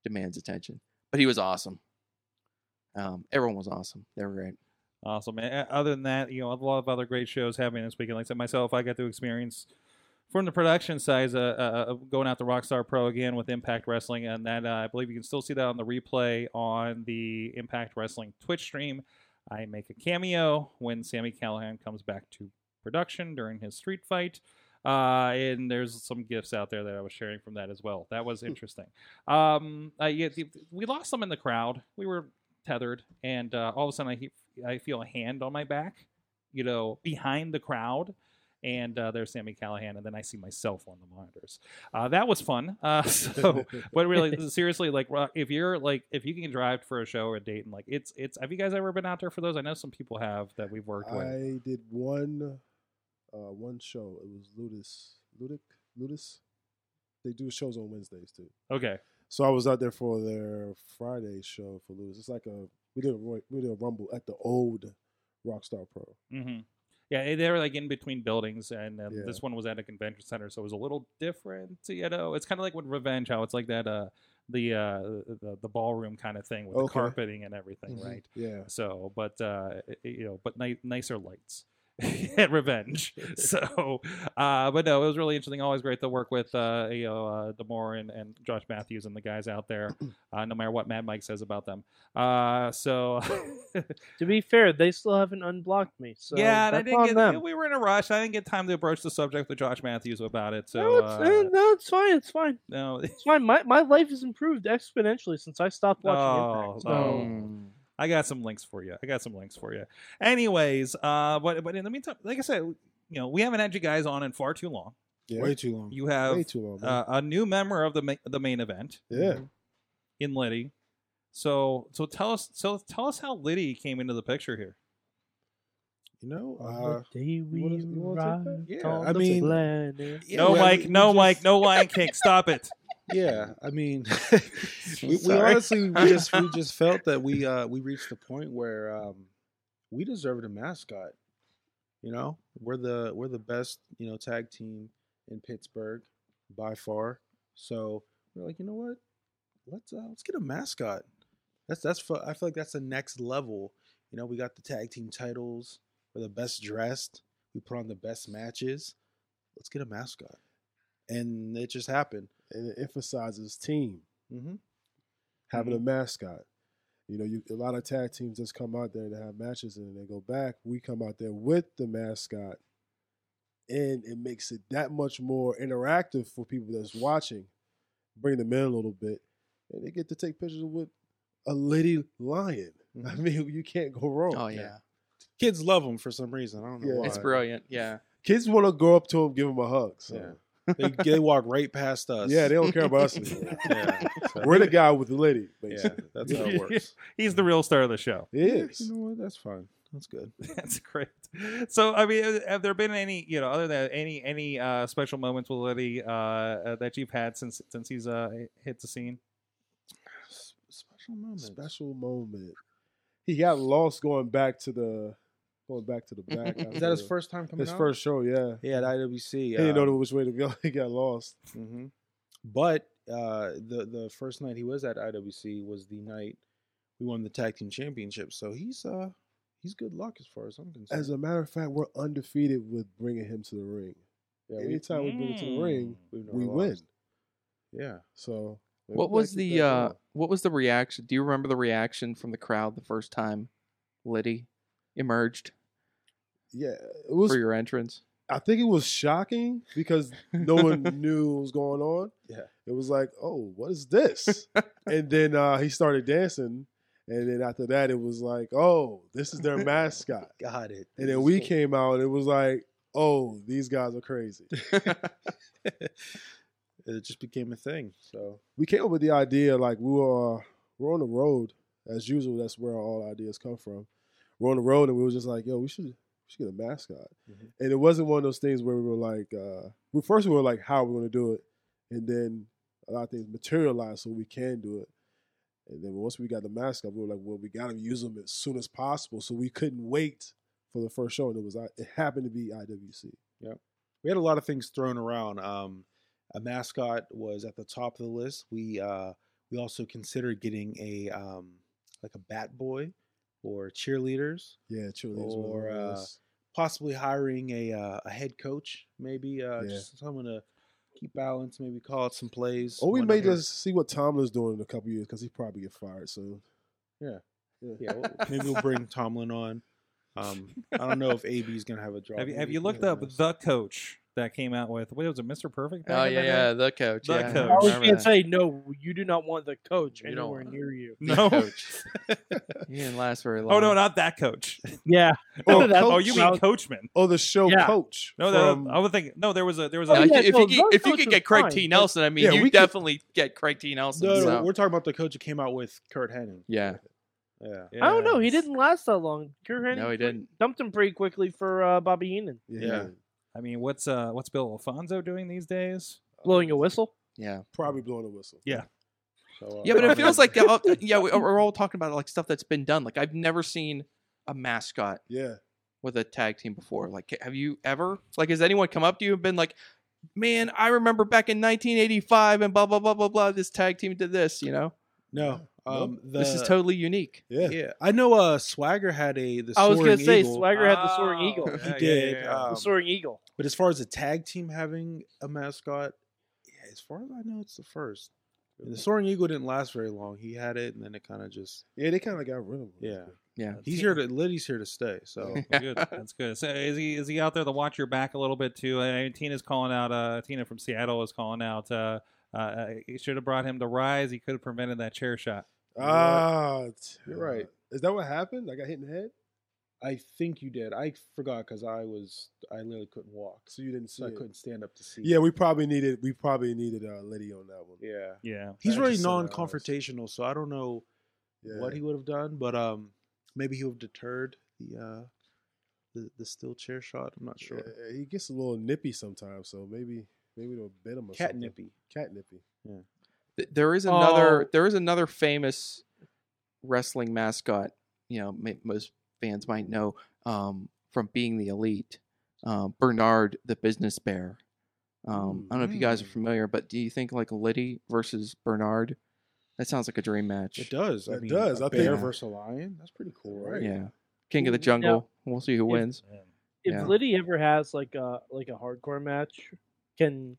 demands attention. But he was awesome. Um, everyone was awesome. They were great.
Awesome. And uh, other than that, you know, a lot of other great shows happening this weekend. Like I said, myself, I got to experience from the production side, uh, uh, uh, going out to Rockstar Pro again with Impact Wrestling, and that uh, I believe you can still see that on the replay on the Impact Wrestling Twitch stream. I make a cameo when Sammy Callahan comes back to production during his street fight. Uh, and there's some gifts out there that I was sharing from that as well. That was interesting. Um, I, yeah, the- we lost some in the crowd. We were tethered, and uh, all of a sudden I he- I feel a hand on my back, you know, behind the crowd, and uh, there's Sammy Callahan, and then I see myself on the monitors. Uh, that was fun. Uh, so, but really, seriously, like ro- if you're like if you can drive for a show or a date, and like it's it's. Have you guys ever been out there for those? I know some people have that we've worked with.
I did one uh one show. It was Ludus. Ludic? Ludus? They do shows on Wednesdays too.
Okay,
So I was out there for their Friday show for Ludus. It's like a we did a Roy- we did a rumble at the old Rockstar Pro.
Mm-hmm. Yeah, they were like in between buildings, and um,
Yeah.
this one was at a convention center, so it was a little different. You know, it's kind of like with Revenge, how it's like that uh the uh the, the ballroom kind of thing with the
Okay. Mm-hmm.
carpeting and everything, right?
Yeah.
So, but uh i- you know, but ni- nicer lights. at revenge so uh but no it was really interesting always great to work with uh you know uh demore and, and josh matthews and the guys out there uh no matter what mad mike says about them uh so
To be fair, they still haven't unblocked me. So
yeah, and
that's
I didn't
on
get.
them.
We were in a rush. I didn't get time to approach the subject with Josh Matthews about it. So
no, it's,
uh,
eh, no, it's fine. It's fine.
no,
It's fine. My my life has improved exponentially since I stopped watching
Oh,
Impact. So
oh. I got some links for you. I got some links for you. Anyways, uh, but but in the meantime, like I said, you know, we haven't had you guys on in far too long.
Yeah.
Way too long.
You have
Way too long. man.
uh, a new member of the ma- the main event
yeah.
in Liddy. So so tell us so tell us how Liddy came into the picture here.
You know,
Uh-huh.
on
uh,
the day we
wanna- you wanna take that?
arrived
Yeah,
on
I
the
mean-
planet.
yeah,
no
we-
Mike,
we
no
just-
Mike, no Lion King. Stop it.
Yeah, I mean, we, we
Sorry.
honestly we just we just felt that we uh we reached the point where um we deserved a mascot. You know, we're the we're the best you know tag team in Pittsburgh by far. So we're like, you know what? Let's uh, let's get a mascot. That's that's fu- I feel like that's the next level. You know, we got the tag team titles. We're the best dressed. We put on the best matches. Let's get a mascot, and it just happened.
And it emphasizes team.
Mm-hmm.
having a mascot. You know, you, a lot of tag teams just come out there to have matches and then they go back. We come out there with the mascot, and it makes it that much more interactive for people that's watching. Bring them in a little bit, and they get to take pictures with a lady lion. I mean, you can't go wrong.
Oh yeah,
mm-hmm. Kids love them for some reason. I don't know
Yeah.
why.
it's brilliant. Yeah,
Kids want to go up to him, give him a hug. So.
Yeah.
Yeah.
they, they walk right past us.
they don't care about us. anymore.
yeah, so-
We're the guy with the lady,
yeah,
basically.
that's how it works.
He's the real star of the show.
It
Yeah,
is.
You know what? That's fine. That's good.
That's great. So, I mean, have- have there been any, you know, other than any any uh, special moments with Liddy uh, uh, that you've had since since he's uh, hit the scene?
S- Special moment.
special moment. He got lost going back to the going back to the
Is
back.
Is
after
that his first time coming?
his
out?
first show? Yeah,
Yeah, at IWC.
he didn't
um,
know which way to go. He got lost.
hmm But uh, the the first night he was at IWC was the night we won the tag team championship. So he's uh he's good luck as far as I'm concerned.
As a matter of fact, we're undefeated with bringing him to the ring.
yeah, we,
Anytime we bring him to the
Mm.
ring,
we've never
we win.
lost. Yeah.
So maybe
What
we
was
gotta keep
the
that
uh,
going.
what was the reaction? Do you remember the reaction from the crowd the first time Liddy emerged
Yeah, it was.
for your entrance?
I think it was shocking because no one knew what was going on.
Yeah.
It was like, oh, what is this? and then uh, he started dancing, and then after that, it was like, oh, this is their mascot.
Got it.
And then we came out and it was like, oh, these guys are crazy.
it just became a thing. So
we came up with the idea like we were we're on the road as usual. That's where all ideas come from. We're on the road and we were just like, yo, we should we should get a mascot.
Mhm.
And it wasn't one of those things where we were like, uh, we first we were like, how are we gonna do it? And then a lot of things materialized so we can do it. And then once we got the mascot, we were like, well, we gotta use them as soon as possible. So we couldn't wait for the first show, and it was it happened to be IWC.
we had a lot of things thrown around. Um, a mascot was at the top of the list. We uh, we also considered getting a um, like a bat boy or cheerleaders,
Yeah, truly. is one of
Or, uh,
those.
possibly hiring a uh, a head coach, maybe uh,
Yeah.
just someone to keep balance, maybe call out some plays.
Or we may
whatever.
just see what Tomlin's doing in a couple years because he probably get fired soon.
yeah, well, maybe we'll bring Tomlin on. Um, I don't know if AB is gonna have a job.
Have you, have
Maybe
you
he
looked
has
up
this.
the coach? that came out with what was it, Mr. Perfect? back
Oh
in
yeah,
the
yeah,
day?
the coach.
The
yeah, I
coach.
I was
remember
gonna
that.
say no. You do not want the coach
You don't
anywhere
want
near you.
The
No.
coach. He didn't last very long.
Oh no, not that coach.
Yeah.
Oh,
That's-
oh you mean
well,
Coachman?
Oh, the show
Yeah.
coach.
No,
from-
oh,
that, I would think no. There was a there was a
Yeah,
Oh,
if
yeah,
you- if
no,
you
those
get, if you
coaches
could get Craig
fine,
T.
but-
Nelson, I mean,
Yeah,
you
we could-
definitely get Craig T. Nelson.
No, no,
so-
we're talking about the coach that came out with Kurt Hennig.
yeah,
Yeah.
I don't know. He didn't last that long. Kurt Hennig
no, he didn't.
dumped him pretty quickly for uh, Bobby Heenan
yeah,
Yeah.
I mean, what's uh what's Bill Alfonso doing these days?
blowing a whistle.
Yeah,
probably blowing a whistle.
Yeah.
So, uh,
yeah, but it feels like all, yeah, we, we're all talking about like stuff that's been done. Like I've never seen a mascot
Yeah,
with a tag team before. Like, have you ever? Like, has anyone come up to you and been like, "Man, I remember back in 1985 and blah blah blah blah blah. This tag team did this. You know,
no. Um,
this is
the-
totally unique."
yeah.
Yeah, I know. Uh, Swagger had a the.
I was gonna
Soaring
say
Eagle,
Swagger had the soaring
Oh,
eagle. Oh.
yeah,
He
yeah,
did,
yeah, yeah.
um,
the soaring eagle.
but as far as the tag team having a mascot, yeah, as far as I know, it's the first. And the Soaring Eagle didn't last very long. He had it, and then it kind of just.
Yeah, they kind of got rid of him.
Yeah.
Yeah.
He's here to. Liddy's here to stay. So
That's good. That's good. So is he is he out there to watch your back a little bit too? I mean, Tina's calling out. Uh, Tina from Seattle is calling out. Uh, uh, he should have brought him to rise. He could have prevented that chair shot.
Ah, t-
You're right.
Is that what happened? I got hit in the head,
I think you did. I forgot because I was. I literally couldn't walk,
so you didn't see
so I
it.
couldn't stand up to see.
Yeah,
it.
we probably needed we probably needed a lady on that one.
Yeah.
Yeah.
He's
I
really
just said that I was-
non-confrontational, so I don't know
Yeah.
what he would have done, but um, maybe he would have deterred the uh, the the steel chair shot. I'm not
Yeah,
sure.
yeah, he gets a little nippy sometimes, so maybe maybe they'll bit him or
Cat
something.
nippy.
Cat nippy.
Th- there is another
Oh.
there is another famous wrestling mascot you know ma- most fans might know um, from being the elite um, bernard the business bear um, i don't know if you guys are
Hmm.
Mm.
familiar but do you think like liddy versus bernard that sounds like a dream
It
match
does. I
It
mean,
does,
a
I think-
bear
Yeah.
versus a lion. That's pretty cool, right?
yeah king of the jungle we'll see who
If-
wins
If
Yeah.
Liddy ever has like a like a hardcore match, can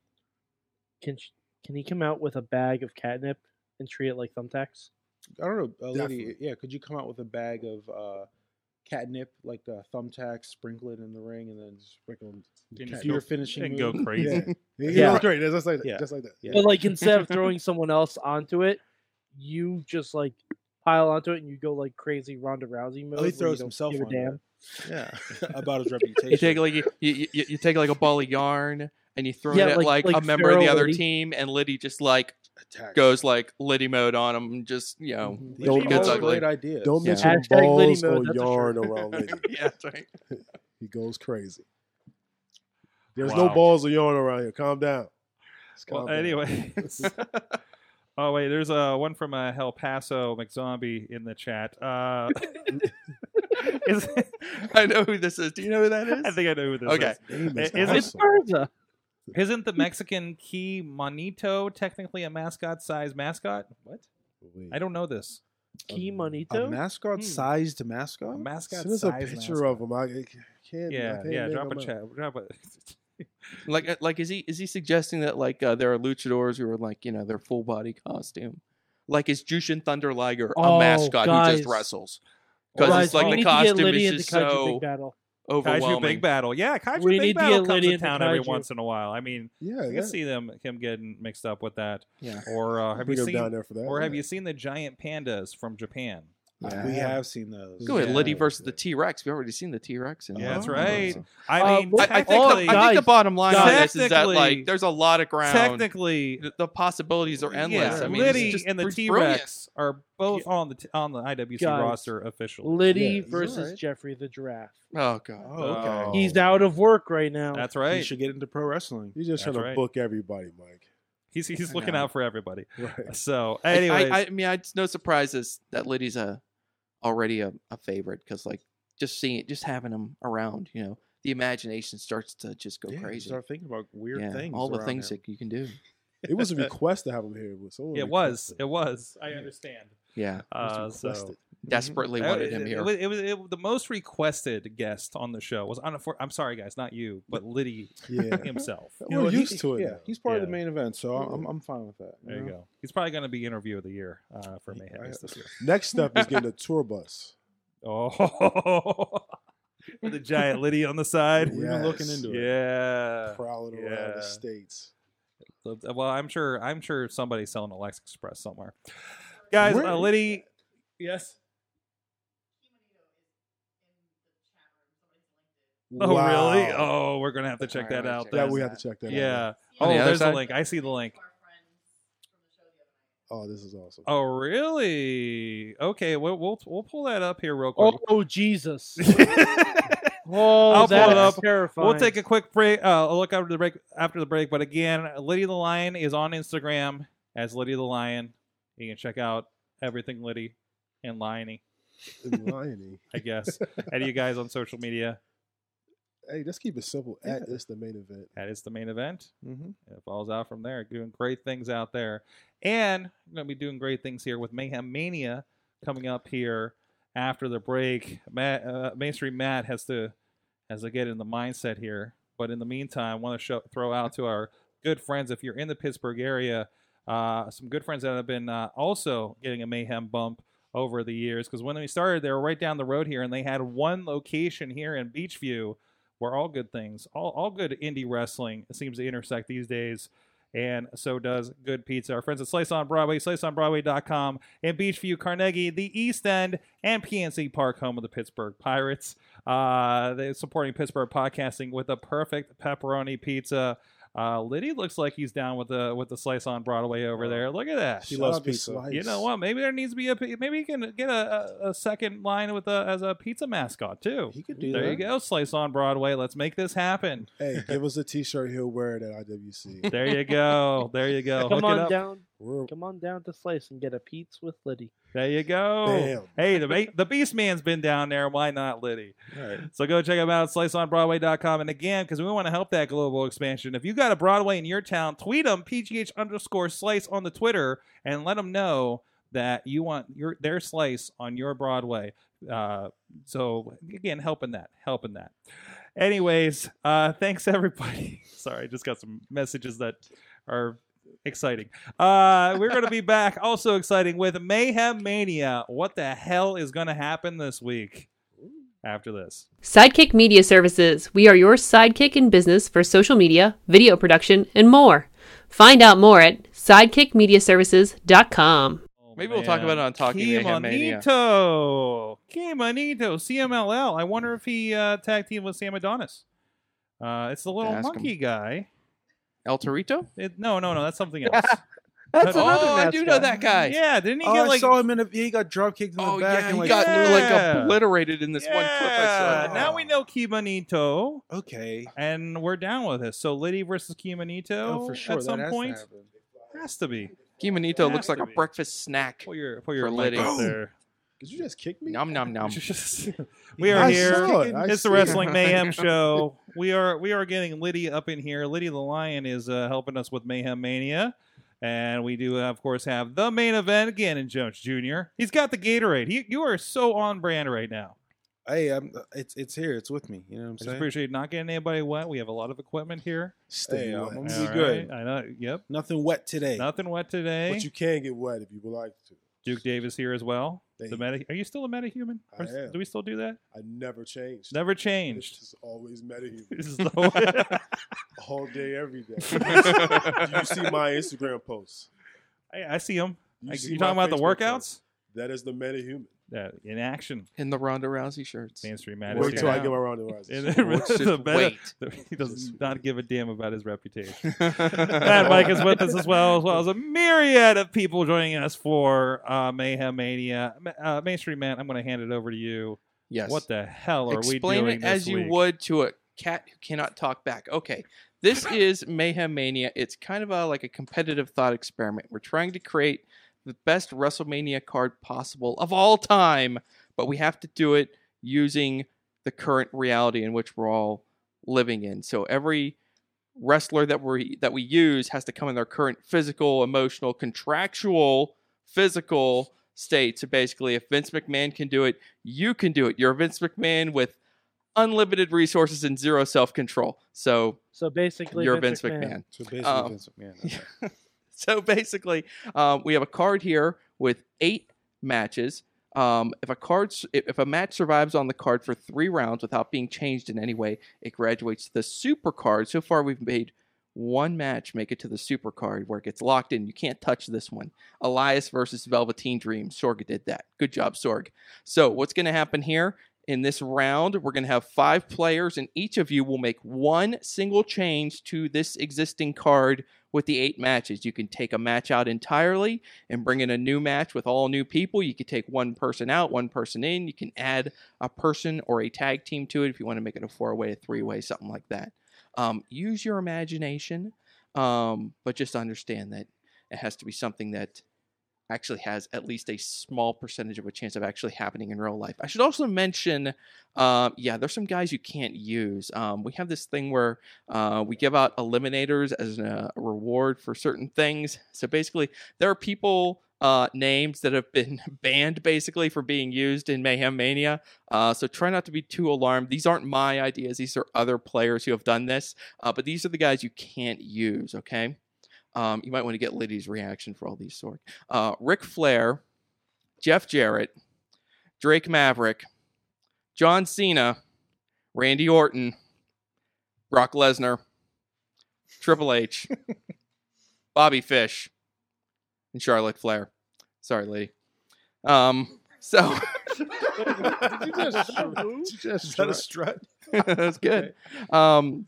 can sh- can he come out with a bag of catnip and treat it like thumbtacks?
I don't know, uh, lady.
Definitely.
Yeah, could you come out with a bag of uh, catnip, like uh, thumbtacks, sprinkle it in the ring, and then sprinkle them?
Can
do
just
your
go-
finishing
and go
move?
crazy.
Yeah. yeah.
Yeah.
Great. Just like that.
Yeah.
Just like that.
Yeah.
But like instead of throwing someone else onto it, you just like pile onto it and you go like crazy Ronda Rousey mode.
Oh,
where
he
you
throws
don't
himself
give a
on
damn.
damn. Yeah, about his
you take
reputation.
like you, you, you you take like a ball of yarn and you throw
Yeah,
it at like,
like-
a
like
member of the
Pharaoh
other
Liddy.
team and liddy just like
Attack.
goes like liddy mode on him and just you know
Mm-hmm.
These
Don't
are
gets
all
ugly.
great ideas.
Don't
Yeah.
mention
Hashtag Liddy
balls
mode,
or
that's for
yarn
sure.
around lady.
yeah that's right
He goes crazy. There's no
Wow.
balls or yarn around here. Calm down. Just
Well,
calm down.
anyway. oh wait, there's uh, one from uh, El Paso McZombie in the chat. Uh, is-
I know who this is. Do you know who that is?
I think I know who this
Okay.
is.
Name is
Is it-
It's
awesome.
Bertha.
Isn't the Mexican key monito technically a mascot-sized mascot? What? I don't know this.
Key
a
Monito.
mascot
Hmm.
sized mascot.
Mascot
Send us a
size
picture of him. I I can't. I
Yeah,
can't
yeah.
make
Drop
him
a
out.
chat. Drop a.
Like, uh, like is he is he suggesting that like uh, there are luchadors who are like you know their full body costume? Like is Jushin Thunder Liger a
Oh,
mascot who
guys.
just wrestles? Because
Guys,
it's like
we
the
need to get
costume
Liddy
is
into
just
Kaiju Big
so
Battle.
Kaiju Big
overwhelming.
Battle. Yeah, Kaiju
We
Big
need to
Battle
get
comes
Lydia
to
into
town every
Kaiju.
once in a while. I mean,
Yeah,
I
yeah.
can see them him getting mixed up with that.
Yeah.
Or uh, have
We
you
go down
seen?
there for that.
Or have
yeah.
you seen the giant pandas from Japan?
Yeah.
We have seen those.
Go ahead,
Yeah.
Liddy versus the T Rex. We already seen the T Rex.
Yeah, that's
Oh.
right.
Uh,
I mean,
look-
I, I think
technically,
the, I think the bottom line on this is that
Technically-
like there's a lot of ground.
technically,
The, the possibilities are endless.
yeah,
I mean, it's
Liddy
just
and the
br-
T
brilliant.
Rex are both on the t- on the IWC
Guys.
roster officially.
Yeah,
Liddy
he's
versus
alright.
Jeffrey the Giraffe.
Oh god.
Oh, okay.
Oh.
He's out of work right now.
That's
You
right.
should get into pro wrestling.
You're just
That's
trying to
right.
book everybody, Mike.
He's he's
I
looking
know.
out for everybody.
Right.
So,
I-
Uh, anyways,
I, I, mean, I, it's no surprise this, that Liddy's a already a, a favorite because like just seeing it, just having him around, you know, the imagination starts to just go
Yeah, you
crazy.
Start thinking about weird
Yeah,
things.
all the
around
things
him.
that you can do.
It was a request to have him here. But someone
it was it was. I understand.
Yeah,
Uh,
requested.
so.
desperately wanted
Uh,
him
it-
here.
It was, it was it, the most requested guest on the show was unaffor- I'm sorry, guys, not you, but Liddy
Yeah.
himself.
We're
You know,
used
he-
to it.
Yeah,
now.
he's part of the
Yeah.
main event, so I'm,
Yeah.
I'm, I'm fine with that.
There you go. He's probably going to be interview of the year uh, for
Yeah,
Mayhem
I-
Ace this year.
Next step is getting a tour bus.
Oh, with a giant liddy on the side.
We've been looking
Yes.
into it.
Yeah.
Prowling around
Uh, Yeah.
the states.
Well, I'm sure. I'm sure somebody's selling Alexa Express somewhere. Guys,
Where-
uh, Liddy. Yes. Oh really?
Wow.
Oh, we're gonna have to check that out.
Yeah,
then.
we have to check that out.
Yeah.
On the
oh,
other
there's a
side?
link. I see the link.
Oh, this is awesome.
Oh, really? Okay, we'll we'll, we'll pull that up here real quick.
Oh Jesus! Oh,
I'll pull
that
it
is
up.
terrifying.
We'll take a quick break. Uh, a look after the break. After the break, but again, Liddy the Lion is on Instagram as Liddy the Lion. You can check out everything Liddy and Liony,
And Liony.
I guess. and you guys on social media.
Hey, let's keep it simple. At this the main event.
That is the main event.
Mm-hmm.
It falls out from there. Doing great things out there, and I'm going to be doing great things here with Mayhem Mania coming up here after the break. Matt, uh, Mainstream Matt has to has to get in the mindset here. But in the meantime, want to show, throw out to our good friends if you're in the Pittsburgh area, uh, some good friends that have been uh, also getting a Mayhem bump over the years. Because when we started, they were right down the road here, and they had one location here in Beachview where all good things, all, all good indie wrestling seems to intersect these days. And so does good pizza. Our friends at Slice on Broadway, sliceonbroadway.com, and Beachview, Carnegie, the East End, and PNC Park, home of the Pittsburgh Pirates. Uh, they're supporting Pittsburgh podcasting with a perfect pepperoni pizza. Uh, Liddy looks like he's down with the with the slice on Broadway over there. Look at that.
She loves
Shut up, you
pizza.
slice.
You know what? Maybe there needs to be a maybe you can get a, a, a second line with a as a pizza mascot too.
He could do
There
that.
you go, Slice on Broadway. Let's make this happen.
Hey, give us a T-shirt. He'll wear it at IWC.
There you go. There you go.
Come
Hook it
on
up.
down.
We're
Come on down to Slice and get a pizza with Liddy.
There you go.
Damn.
Hey, the ba- the Beast Man's been down there. Why not Liddy?
All right.
So go check him out at sliceonbroadway.com. And again, because we want to help that global expansion, if you got a Broadway in your town, tweet them PGH underscore slice on the Twitter and let them know that you want your their slice on your Broadway. Uh, so again, helping that, helping that. Anyways, uh, thanks everybody. Sorry, I just got some messages that are exciting. Uh, we're going to be back also exciting with Mayhem Mania. What the hell is going to happen this week after this?
Sidekick Media Services. We are your sidekick in business for social media, video production, and more. Find out more at sidekickmediaservices.com.
Oh,
Maybe we'll talk about it on Talking Mayhem Mania.
Kimonito. Kimonito. CMLL. I wonder if he uh, tag team with Sam Adonis. Uh, it's the little
Ask him.
monkey guy.
El Torito?
It- no, no, no. That's something else.
That's
Oh,
another
oh, I do
mascot.
know that guy.
yeah, didn't he
Oh,
get like
I saw him in a. He got drop kicked in the
Oh
back
yeah,
and
he
like.
got
Yeah.
like obliterated in this one clip I
Yeah,
saw.
Oh.
Now we know Kimonito,
okay.
and we're down with this. So Liddy versus Kimonito
Oh, for sure.
at
that
some
has to
point
happen.
has to be.
Kimonito
Has
looks like
to
a
be.
breakfast snack.
Put your put your
For
leg
Liddy. Um,
out there.
Did you just kick me?
Nom nom nom.
we are
I
here.
saw it. I
it's
see
the
it.
Wrestling Mayhem Show. We are we are getting Liddy up in here. Liddy the Lion is uh, helping us with Mayhem Mania, and we do of course have the main event again in Jones Jr. He's got the Gatorade. He, you are so on brand right now.
Hey, I'm, it's it's here. It's with me. You know what I'm
I just
saying?
appreciate not getting anybody wet. We have a lot of equipment here.
Stay
Hey,
wet.
I'm gonna be
All
good.
right. I know. Yep.
Nothing wet today.
Nothing wet today.
But you can get wet if you would like to.
Duke Davis here as well.
Hey.
The meta. Are you still a meta human?
I am.
Do we still do that?
I never changed.
Never
It's
changed.
just always metahuman.
This is the-
all day, every day. you see my Instagram posts.
I, I see him.
You
I,
see
you
my
talking about the
Facebook
workouts?
posts. That is the metahuman.
Yeah, in action.
In the Ronda Rousey shirts.
Mainstream
Wait
Madison.
Wait till I
now.
get my round of
And
rises.
then
Well,
the
just
meta- He does
Just
not give a damn about his reputation. Matt
Bad
Mike is with us as well, as well as a myriad of people joining us for uh, Mayhem Mania. Ma- Uh, Mainstream Matt, I'm going to hand it over to you.
Yes.
What the hell are
Explain
we doing
it as
this
you
week?
would to a cat who cannot talk back. Okay. This is Mayhem Mania. It's kind of a, like a competitive thought experiment. We're trying to create the best WrestleMania card possible of all time, but we have to do it using the current reality in which we're all living in. So every wrestler that we that we use has to come in their current physical, emotional, contractual, physical state. So basically, if Vince McMahon can do it, you can do it. You're Vince McMahon with unlimited resources and zero self control. So
So basically,
you're Vince McMahon.
So basically,
Oh.
Um,
Vince McMahon. okay.
so basically, um, we have a card here with eight matches. Um, if a card, s- if if a match survives on the card for three rounds without being changed in any way, it graduates to the super card. So far, we've made one match make it to the super card where it gets locked in. You can't touch this one. Elias versus Velveteen Dream. Sorg did that. Good job, Sorg. So what's going to happen here? In this round, we're going to have five players, and each of you will make one single change to this existing card with the eight matches. You can take a match out entirely and bring in a new match with all new people. You could take one person out, one person in. You can add a person or a tag team to it if you want to make it a four way, a three way, something like that. Um, use your imagination, um, but just understand that it has to be something that actually has at least a small percentage of a chance of actually happening in real life. I should also mention, uh, yeah, there's some guys you can't use. Um, we have this thing where uh, we give out eliminators as a reward for certain things. So basically, there are people uh, names that have been banned basically for being used in Mayhem Mania. Uh, so try not to be too alarmed. These aren't my ideas. These are other players who have done this. Uh, but these are the guys you can't use. Okay. Um, you might want to get Liddy's reaction for all these sort. Uh, Ric Flair, Jeff Jarrett, Drake Maverick, John Cena, Randy Orton, Brock Lesnar, Triple H, Bobby Fish and Charlotte Flair. Sorry, lady. Um, so
Did you just, did you just
Is that a
strut?
strut?
that's good. Um,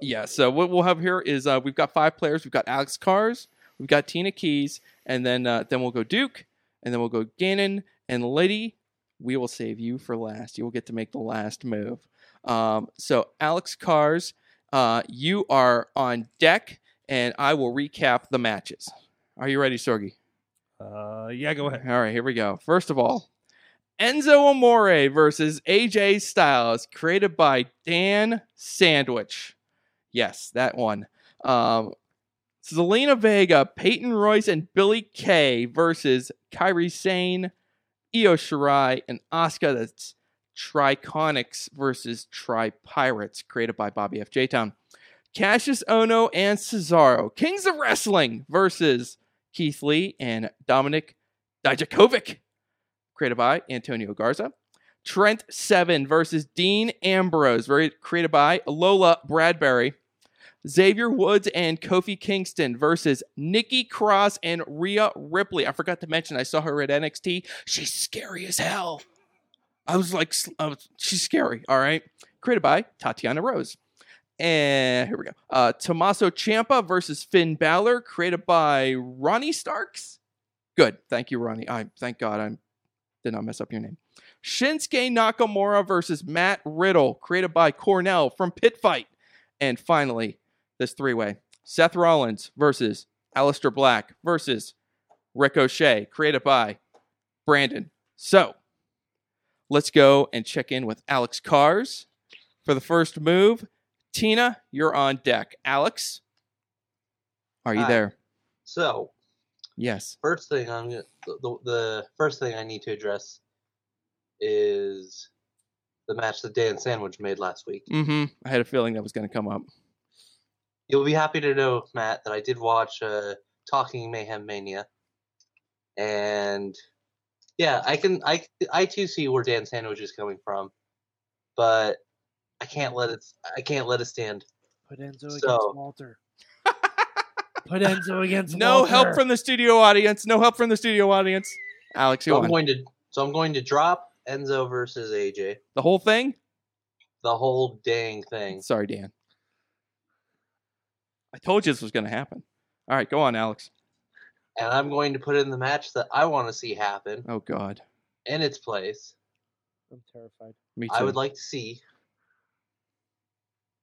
yeah. So what we'll have here is uh, we've got five players. We've got Alex Cars. We've got Tina Keys, and then uh, then we'll go Duke, and then we'll go Gannon and Liddy. We will save you for last. You will get to make the last move. Um, so Alex Cars, uh, you are on deck, and I will recap the matches. Are you ready, Sorgi?
Uh, yeah, go ahead.
All right, here we go. First of all, Enzo Amore versus AJ Styles, created by Dan Sandwich. Yes, that one. Um, Selena Vega, Peyton Royce, and Billy Kay versus Kyrie Sane, Io Shirai, and Asuka. That's Triconics versus Tri Pirates, created by Bobby F. J. Town. Cassius Ono and Cesaro, Kings of Wrestling versus Keith Lee and Dominic Dijakovic, created by Antonio Garza. Trent Seven versus Dean Ambrose, very- created by Lola Bradbury. Xavier Woods and Kofi Kingston versus Nikki Cross and Rhea Ripley. I forgot to mention, I saw her at NXT. She's scary as hell. I was like, s- I was- she's scary. All right. Created by Tatiana Rose. And here we go. Uh, Tommaso Ciampa versus Finn Balor, created by Ronnie Starks. Good. Thank you, Ronnie. I thank God I did not mess up your name. Shinsuke Nakamura versus Matt Riddle, created by Cornell from Pit Fight. And finally, this three-way. Seth Rollins versus Aleister Black versus Ricochet, created by Brandon. So let's go and check in with Alex Cars for the first move. Tina, you're on deck. Alex, are you
Hi.
there?
So
Yes.
first thing I'm gonna- the, the, the first thing I need to address is the match that Dan Sandwich made last week.
Mm-hmm. I had a feeling that was going to come up.
You'll be happy to know, Matt, that I did watch uh, Talking Mayhem Mania, and yeah, I can I I too see where Dan Sandwich is coming from, but I can't let it I can't let it stand.
Put Enzo
So-
against Walter. Put Enzo against
No
Walter.
help from the studio audience. No help from the studio audience. Alex, you
So I'm
on
going to so I'm going to drop Enzo versus AJ,
the whole thing?
the whole dang thing.
Sorry, Dan. I told you this was going to happen. All right, go on, Alex.
and I'm going to put in the match that I want to see happen
Oh God,
in its place.
I'm terrified.
me too.
I would like to see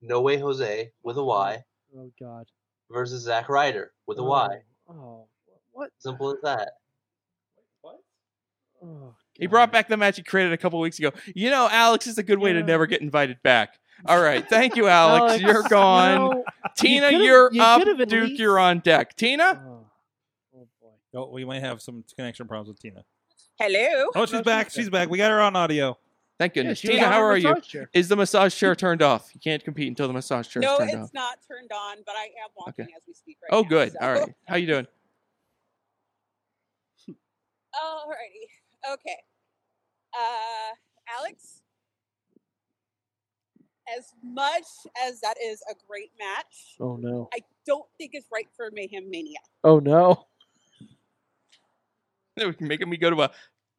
No Way Jose with a Y
Oh God.
versus Zack Ryder with a
oh,
Y.
Oh, what?
Simple as that.
Oh,
he brought
God.
back the match he created a couple weeks ago. You know, Alex is a good way to
Yeah.
never get invited back. All right, thank you, Alex. You're gone.
no.
Tina,
could've-
you are
you
up.
could've at
Duke,
least-
you're on deck. Tina,
Oh, oh boy.
Oh, we might have some connection problems with Tina.
Hello.
Oh, she's back. She's back. We got her on audio.
thank
Yeah,
goodness.
she was
Tina,
on
how
her
are you?
massage chair.
Is the massage chair turned off? You can't compete until the massage chair
no,
is turned
it's
off.
not turned on, but I am walking
Okay.
as we speak right
Oh,
now,
good.
so-
All right. How you doing?
Alrighty. Okay. Uh, Alex, as much as that is a great match,
Oh no.
I don't think it's right for Mayhem Mania.
Oh no.
They were making me go to a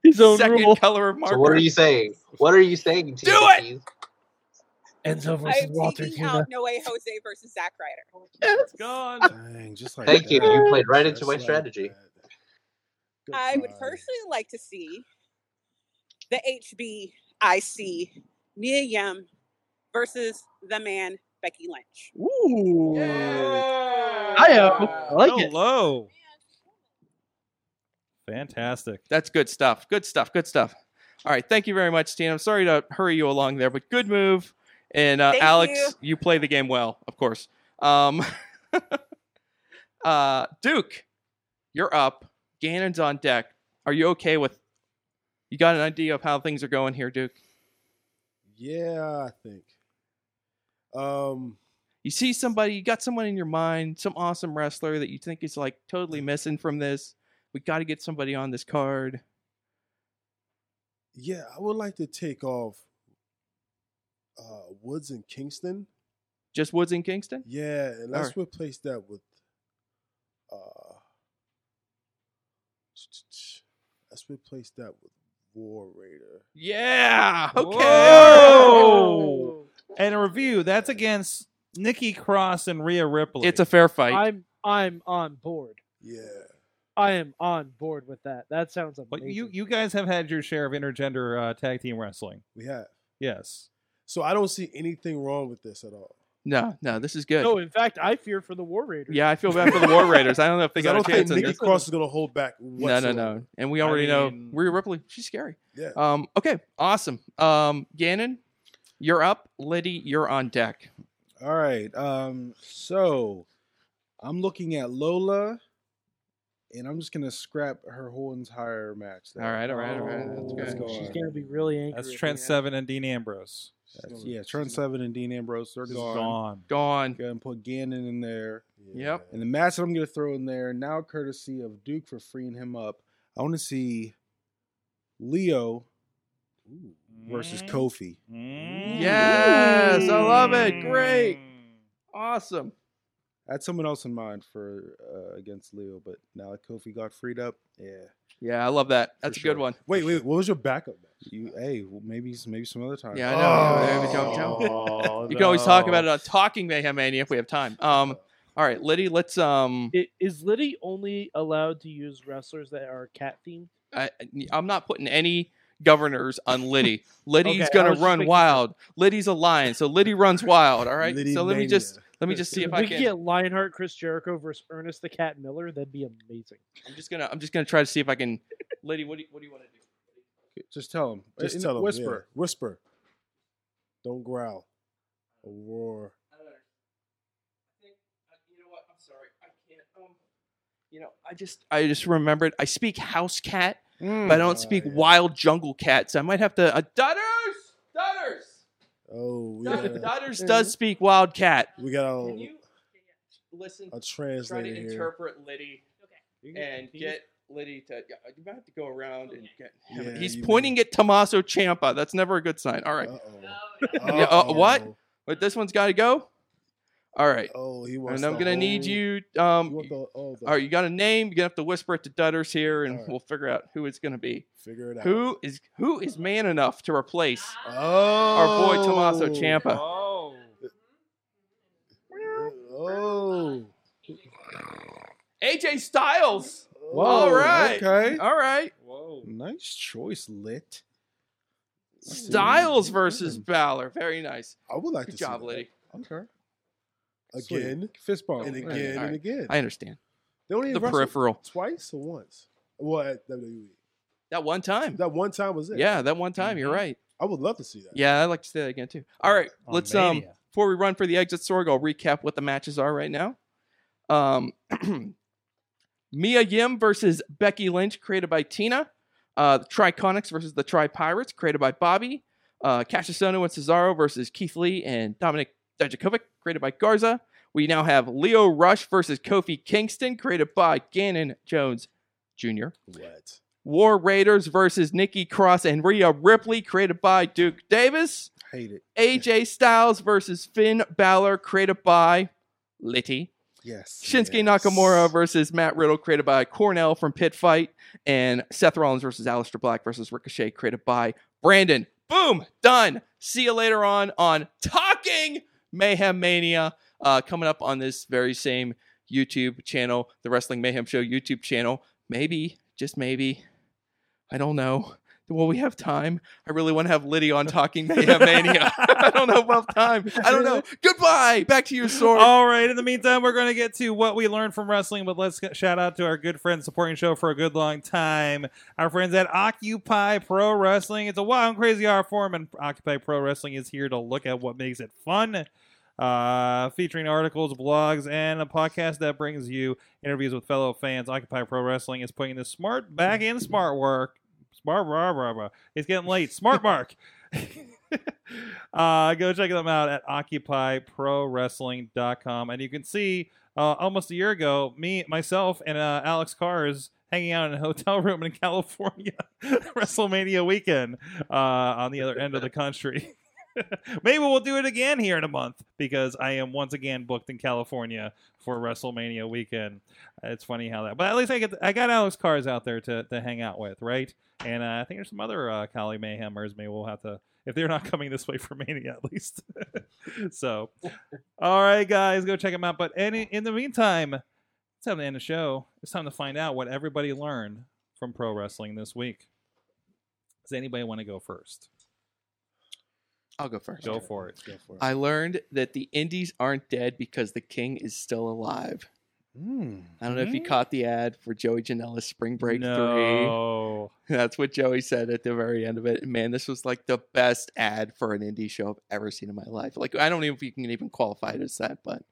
His own
second
rule.
color of marker.
So what are you saying? What are you saying? Do it.
Enzo
I
versus
am
Walter
taking
Cena.
out No Way Jose versus Zack Ryder.
Yes.
Gone.
Dang, just like
Thank you.
that.
You played right
Just
into my
like
strategy.
that.
I would
Goodbye.
personally like to see the HBIC Mia Yim versus the man Becky Lynch.
Ooh. I have. I like it.
Hello. Fantastic.
That's good stuff. Good stuff. Good stuff. All right. Thank you very much, Tina. I'm sorry to hurry you along there, but good move. And uh,
Thank
Alex,
you.
you. play the game well, of course. Um, uh, Duke, you're up. Gannon's on deck. Are you okay with? You got an idea of how things are going here, Duke?
Yeah, I think. Um,
You see somebody, you got someone in your mind, some awesome wrestler that you think is like totally missing from this. We got to get somebody on this card.
yeah, I would like to take off uh, Woods and Kingston.
Just Woods and Kingston?
Yeah, and let's
Alright.
replace that with uh let's replace that with War Raider.
Yeah. Okay. Oh.
Whoa. And a review. That's against Nikki Cross and Rhea Ripley.
It's a fair fight.
I'm I'm on board.
Yeah.
I am on board with that. That sounds amazing.
But you you guys have had your share of intergender uh, tag team wrestling.
We have.
Yes.
So I don't see anything wrong with this at all.
No, no, this is good.
No, in fact, I fear for the War Raiders.
Yeah, I feel bad for the War Raiders. I don't know if they
'Cause I
got a
don't think
chance in
Nikki
this.
Cross is gonna hold back
No, no,
whatsoever.
no. And we
I
already
mean-
know Rhea Ripley. She's scary.
Yeah.
Um. Okay. Awesome. Um. Gannon, you're up. Liddy, you're on deck.
All right. Um, so I'm looking at Lola, and I'm just gonna scrap her whole entire match.
All right. All right. All right. That's
Oh,
good.
let's go.
She's
on.
gonna be really angry.
That's
if we
Trent
have-
Seven and Dean Ambrose.
That's- yeah, Trent Seven and Dean Ambrose, they're
This is
gone.
gone.
Gone.
Go ahead and put Gannon in there.
Yep.
And the match that I'm gonna throw in there now, courtesy of Duke for freeing him up. I want to see Leo versus
Mm-hmm.
Kofi.
Mm.
Yes, I love it. Great. Awesome.
I had someone else in mind for uh, against Leo, but now that Kofi got freed up, yeah.
Yeah, I love that. That's a
sure.
good one.
Wait, wait, what was your backup match?
You hey, well, maybe maybe some other time.
Yeah, I know. There we go, Joe.
Oh,
You can always talk
no.
about it on Talking Mayhem Mania if we have time. Um. All right, Liddy. Let's um.
I- Is Liddy only allowed to use wrestlers that are cat themed?
I, I'm not putting any governors on Liddy. Liddy's
Okay, I
gonna
was just
run
making
wild. Liddy's a lion, so Liddy runs wild. All right.
Liddy
so let me
Mania.
just let me just see if
we
I
could
can.
get Lionheart, Chris Jericho versus Ernest the Cat Miller. That'd be amazing.
I'm just gonna I'm just gonna try to see if I can. Liddy, what do you, what do you want to do?
Just tell him.
Just
In-
tell them.
Whisper.
yeah. Whisper. Don't growl. Or roar.
You know what? I'm sorry. I can't. Um, you know, I just I just remembered. I speak house cat,
Mm.
but I
Oh,
don't
Ah,
speak
yeah.
wild jungle cat. So I might have to. Uh, Dutters, Dutters,
Oh, we Oh.
Dutters,
got,
Dutters does speak wild cat.
we got
Can
a,
you listen?
a
Try to
translator Oh, here.
interpret Liddy and get Liddy to. Yeah, you might have to go around and get.
Yeah,
He's
you
pointing at Tommaso Champa. That's never a good sign. All right, Yeah, uh, what? but this one's got to go. All right,
Oh, he wants.
and I'm
the
gonna need
whole-
you.
he
Um,
want the- oh, the-
all right, you got a name. You're gonna have to whisper it to Dutters here, and
All right.
we'll figure out who it's gonna be.
Figure it out.
Who is who is man enough to replace
Oh,
our boy Tommaso Champa?
Oh.
Oh,
AJ Styles.
Whoa, Oh.
all right,
Okay.
all right.
Whoa.
Nice choice, lit.
Styles versus Balor. Very nice.
I would like
Good
to see
job,
that.
Liddy.
Okay.
again
Sweet. Fist bump.
and
Alright,
again
alright.
and again.
I understand.
they only
The
wrestled
peripheral.
twice or once. Well, at WWE,
That one time.
that one time was it.
Yeah, that one time. You're
Mhm.
right.
I would love to see that.
Yeah, I'd like to say that again too. All right,
On
let's um
Mania.
before we run for the exit sorg, I'll recap what the matches are right now. Um, Mia Yim versus Becky Lynch, created by Tina. Uh, the Triconics versus the Tri Pirates, created by Bobby. Uh, Cassiusano and Cesaro versus Keith Lee and Dominic Dijakovic, created by Garza. We now have Leo Rush versus Kofi Kingston, created by Gannon Jones Jr.
What?
War Raiders versus Nikki Cross and Rhea Ripley, created by Duke Davis.
Hate it.
AJ Styles versus Finn Balor, created by Litty.
Yes.
Shinsuke Nakamura versus Matt Riddle, created by Cornell from Pit Fight, and Seth Rollins versus Aleister Black versus Ricochet, created by Brandon. Boom, done. See you later on on Talking Mayhem Mania, uh, coming up on this very same YouTube channel, the Wrestling Mayhem Show YouTube channel. Maybe, just maybe, I don't know. Will we have time? I really want to have Liddy on Talking Mayhem Mania. I don't know if we'll have time. I don't know. Goodbye. Back to your sword.
All right. In the meantime, we're going to get to what we learned from wrestling, but let's get, shout out to our good friends supporting the show for a good long time. Our friends at Occupy Pro Wrestling. It's a wild and crazy art form, and Occupy Pro Wrestling is here to look at what makes it fun. Uh, featuring articles, blogs, and a podcast that brings you interviews with fellow fans. Occupy Pro Wrestling is putting the smart back in smart work. Smart, blah, blah, blah. It's getting late. Smart Mark. uh, go check them out at occupyprowrestling.com and you can see uh, almost a year ago me myself and uh, alex cars hanging out in a hotel room in california wrestlemania weekend uh, on the other end of the country maybe we'll do it again here in a month because i am once again booked in california for wrestlemania weekend it's funny how that but at least i get i got alex cars out there to, to hang out with right and uh, i think there's some other uh, cali mayhemers maybe we'll have to if they're not coming this way for Mania, at least. so, all right, guys, go check them out. But any, in the meantime, it's time to end the show. It's time to find out what everybody learned from pro wrestling this week. Does anybody want to go first?
I'll go first.
Go for it. Go for
I learned that the indies aren't dead because the king is still alive. I don't know if you caught the ad for Joey Janela's Spring Break
Mm-hmm. No.
3. That's what Joey said at the very end of it. And Man, this was like the best ad for an indie show I've ever seen in my life. Like, I don't even know if you can even qualify it as that, but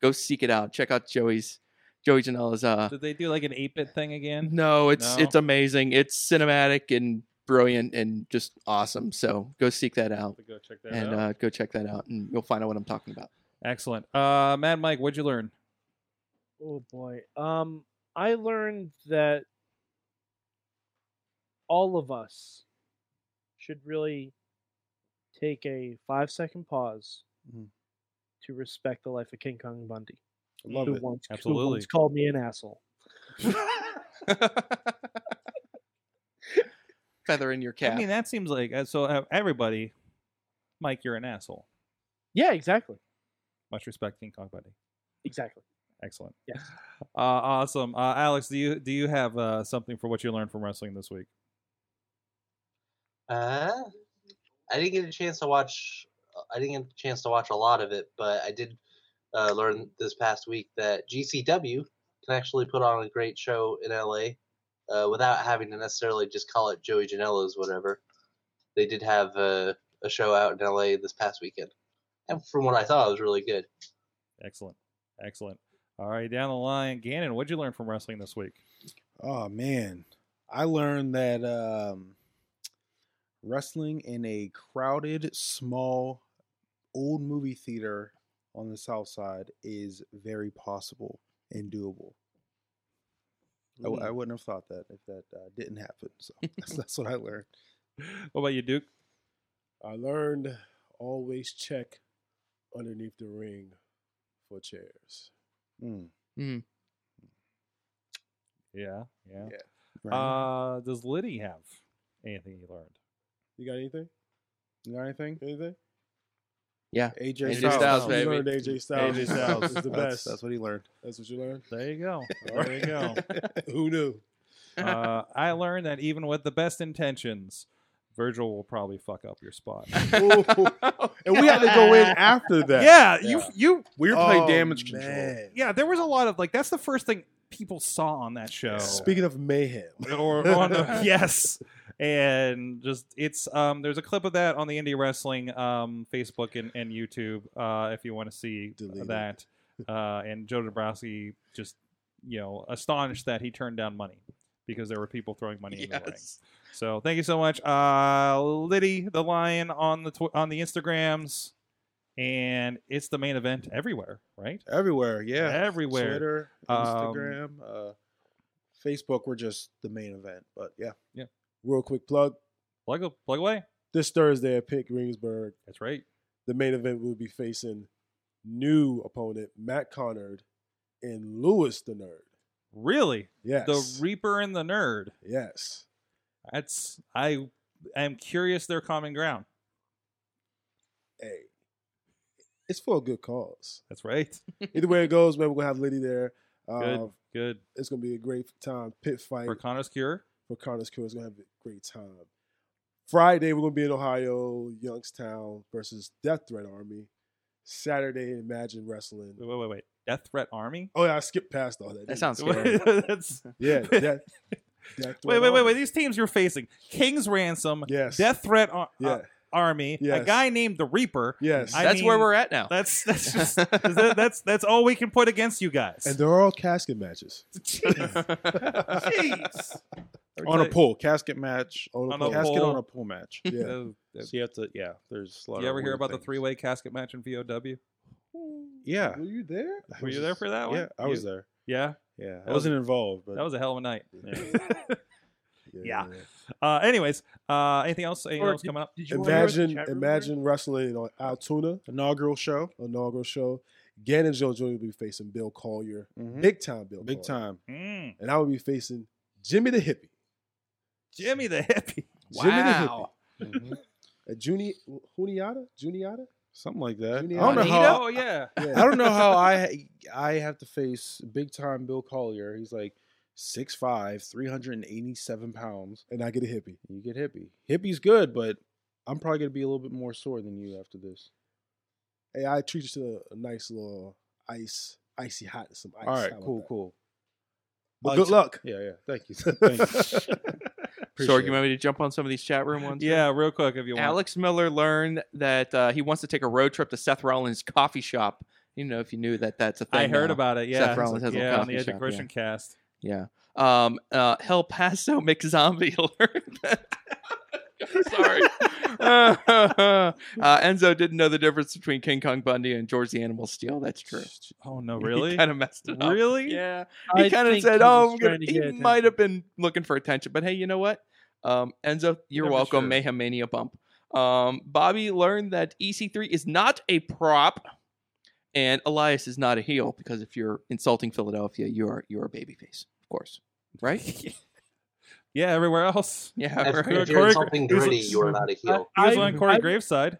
go seek it out. Check out Joey's, Joey Janela's. Uh,
Did they do like an 8 bit thing again?
no, it's it's amazing. It's cinematic and brilliant and just awesome. So go seek that out.
Go check that
Mm-hmm. and
out.
Uh, go check that out, and you'll find out what I'm talking about.
Excellent. Uh, Mad Mike, what'd you learn?
Oh boy. Um, I learned that all of us should really take a five second pause
Mm-hmm.
to respect the life of King Kong Bundy.
I love
who
it.
Once, who
Absolutely.
once called me an asshole.
Feather in your cap.
I mean, that seems like uh, so. uh, Everybody, Mike, you're an asshole.
Yeah, exactly.
Much respect, King Kong Buddy.
Exactly.
Excellent.
Yes.
Uh, awesome. Uh, Alex, do you do you have uh, something for what you learned from wrestling this week?
Uh, I didn't get a chance to watch. uh, I didn't get a chance to watch a lot of it, but I did uh, learn this past week that GCW can actually put on a great show in LA uh, without having to necessarily just call it Joey Janela's whatever. They did have a, a show out in LA this past weekend, and from what I saw, it was really good.
Excellent. Excellent. All right, down the line, Gannon, what'd you learn from wrestling this week?
Oh man, I learned that um, wrestling in a crowded, small, old movie theater on the South Side is very possible and doable. I w- I, wouldn't have thought that if that uh, didn't happen. So that's, that's what I learned.
What about you, Duke?
I learned always check underneath the ring for chairs.
Mm.
Yeah, yeah.
Yeah.
Uh, does Liddy have anything you learned?
You got anything?
You got anything?
Anything?
yeah.
AJ,
AJ Styles,
You
baby.
learned AJ Styles.
AJ Styles.
is the
That's,
best.
that's what he learned.
That's what you learned.
There you go. There you go.
Who knew?
Uh, I learned that even with the best intentions, Virgil will probably fuck up your spot.
And we had to go in after that.
yeah, you you
We were playing damage control.
yeah. There was a lot of like that's the first thing people saw on that show.
Speaking of mayhem,
or on the, yes and just it's um there's a clip of that on the indie wrestling um facebook and, and youtube uh if you want to see
Delete it.
that uh and joe Dabrowski just you know astonished that he turned down money because there were people throwing money in the ring
yes.
so thank you so much uh liddy the lion on the tw- on the instagrams and it's the main event everywhere right
Everywhere, yeah.
everywhere
Twitter,
Um,
Instagram, uh, Facebook, we're just the main event. But yeah.
Yeah.
Real quick plug.
Plug up, plug away.
This Thursday at Pitt Greensburg.
That's right.
The main event will be facing new opponent Matt Connard and Lewis the Nerd.
Really?
Yes.
The Reaper and the Nerd.
Yes.
That's I am curious their common ground.
Hey, it's for a good cause.
That's right.
Either way it goes, man, we're gonna have Liddy there. Um,
Good, good.
It's gonna be a great time. Pit fight
For Connor's Cure.
for Connors Cure. It's gonna have a great time. Friday we're gonna be in Ohio, Youngstown versus Death Threat Army. Saturday, Imagine Wrestling.
Wait, wait, wait, wait. Death Threat Army?
Oh yeah, I skipped past all
That
that. didn't
sounds
I?
scary.
That's-
yeah. Death, Death
Wait,
Threat
wait, wait,
Army.
wait. These teams you're facing: King's Ransom,
Yes.
Death Threat Ar-
Yeah.
uh, Army, a
Yes.
guy named the Reaper.
Yes.
I
that's where
mean,
we're at now.
That's that's just that- that's that's all we can put against you guys.
and they're all casket matches.
Jeez. Jeez.
on a pull casket match,
On a
On a
pole.
casket
pull.
on a pull match.
Yeah.
Uh, uh,
So you have to, yeah. There's a lot
you
of
ever hear
weird
about the
things.
three-way casket match in VOW?
Yeah,
Were you there?
I
Were
was
you there
just-
for that one?
Yeah, I was there.
Yeah,
Yeah, I
was-
wasn't involved, but
that was a hell of a night. Yeah.
yeah.
Uh, anyways, uh, anything else? Anything
Or
else coming up?
Did you wanna hear what the
Imagine,
chat room
imagine wrestling on Altoona
inaugural show.
inaugural show. Gannon Jones Jr. will be facing Bill Collier,
Hmm?
Mhm.
big time Bill,
Big
Collier.
time.
Mm,
and I will be facing Jimmy the Hippie.
Jimmy the hippie.
Jimmy the
Wow.
Hippie,
Mm-hmm.
Mhm.
a Juni Juniata, Juniata.
Something like that. I
Junior
don't know
Anita?
how.
Oh yeah.
I don't know how I I have to face big time Bill Collier. He's like 6'5", 387 pounds.
And I get a hippie.
You get hippie. Hippie's good, but I'm probably gonna be a little bit more sore than you after this.
Hey, I treat you to a nice little ice, icy hot, and some ice.
All right,
How about
cool,
that?
cool.
Well,
I
good
like-
luck.
Yeah, yeah. Thank you. Thank you.
Sorg,
Appreciate
you
it.
want me to jump on some of these chat room ones?
Yeah, real quick if you want.
Alex Miller learned that uh, he wants to take a road trip to Seth Rollins' coffee shop. You know, if you knew that, that's a thing.
I heard
now.
about it. Yeah,
Seth Rollins has a
yeah, on the
coffee
Edge of
shop,
Christian Cast.
Yeah. Um. Uh. El Paso McZombie learned that. Sorry. uh, Enzo didn't know the difference between King Kong Bundy and George the Animal Steel. That's true.
Oh no, really?
kind of messed it up.
Really?
Yeah.
I
He kind of
think
said,
he was
"Oh, I'm gonna,
trying to
he
get
might have been looking for attention, but hey, you know what? Um, Enzo, you're
never
welcome.
sure.
Mayhem Mania bump. Um, Bobby learned that EC3 is not a prop, and Elias is not a heel because if you're insulting Philadelphia, you are you're a babyface, of course, right?
Yeah, everywhere else.
yeah,
If,
right.
if you're
Corey-
insulting
here's
Gritty,
what-
you are not a heel.
He was
I-
on Corey
I-
Graveside.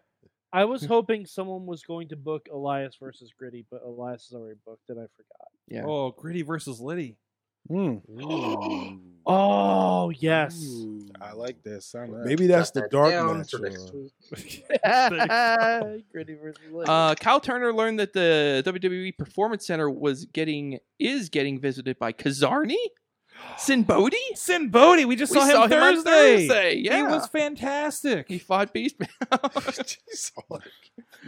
I was hoping someone was going to book Elias versus Gritty, but Elias is already booked, and I forgot.
Yeah.
Oh, Gritty versus Liddy.
Hmm. Mm.
Oh yes,
Ooh.
I like this. I like
Maybe that's
Got
the
that
dark
down
match.
for
or-
next week.
Gritty versus Liddy.
Uh, Kyle Turner learned that the WWE Performance Center was getting is getting visited by Kazarni, Sinbodi.
Sin Bodhi. We just
We
saw him,
saw him on
Thursday.
Thursday,
He
yeah.
was fantastic.
He fought Beastman.
Jeez,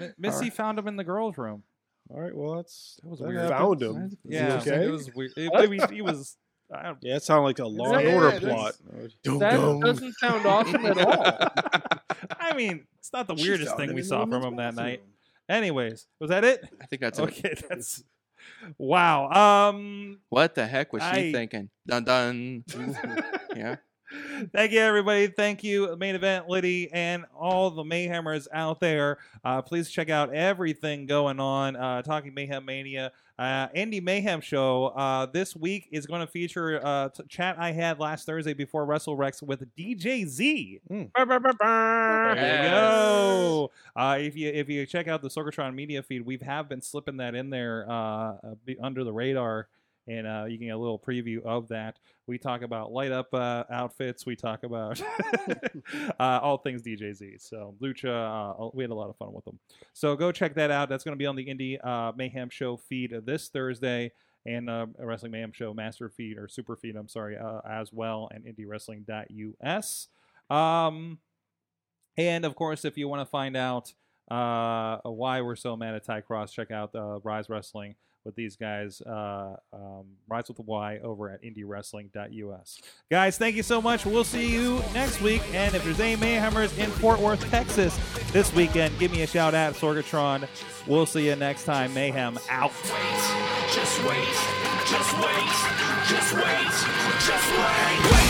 M- Missy
Alright.
found him in the girls' room.
All right, well that's that was
I
weird.
found him.
Yeah,
okay?
it was weird. It- I mean, he was. I don't,
Yeah, it sounded like a Law and
Yeah,
Order
that's-
plot.
Dum
that
dum.
doesn't sound awesome at all.
I mean, it's not the
She
weirdest
found
thing
him
we
in the
saw from
women's
him that night.
bathroom.
Anyways, was that it?
I think
Oh,
that's it.
Okay, that's wow. Um,
What the heck was she
I-
thinking? Dun dun. yeah.
Thank you, everybody. Thank you, main event Liddy, and all the Mayhemers out there. Uh, please check out everything going on. Uh, Talking Mayhem Mania, uh, Andy Mayhem Show. Uh, this week is going to feature uh, t- chat I had last Thursday before Wrestle Rex with DJ Z. There you go. Uh, if you if you check out the Sorgatron media feed, we have been slipping that in there uh, uh, be- under the radar, and uh, you can get a little preview of that. We talk about light up uh, outfits. We talk about uh, all things DJZ. So Lucha, uh, we had a lot of fun with them. So go check that out. That's going to be on the Indie uh, Mayhem Show feed this Thursday. And uh, Wrestling Mayhem Show Master Feed or Super Feed, I'm sorry, uh, as well, and IndieWrestling.us. Um, and of course, if you want to find out uh, why we're so mad at Ty Cross, check out uh, Rise Wrestling with these guys, uh, um, Rise with a Y over at IndieWrestling.us. Guys, thank you so much. We'll see you next week. And if there's any Mayhemers in Fort Worth, Texas this weekend, give me a shout out, Sorgatron. We'll see you next time. Mayhem out.
Just wait, just wait, just wait, just wait, just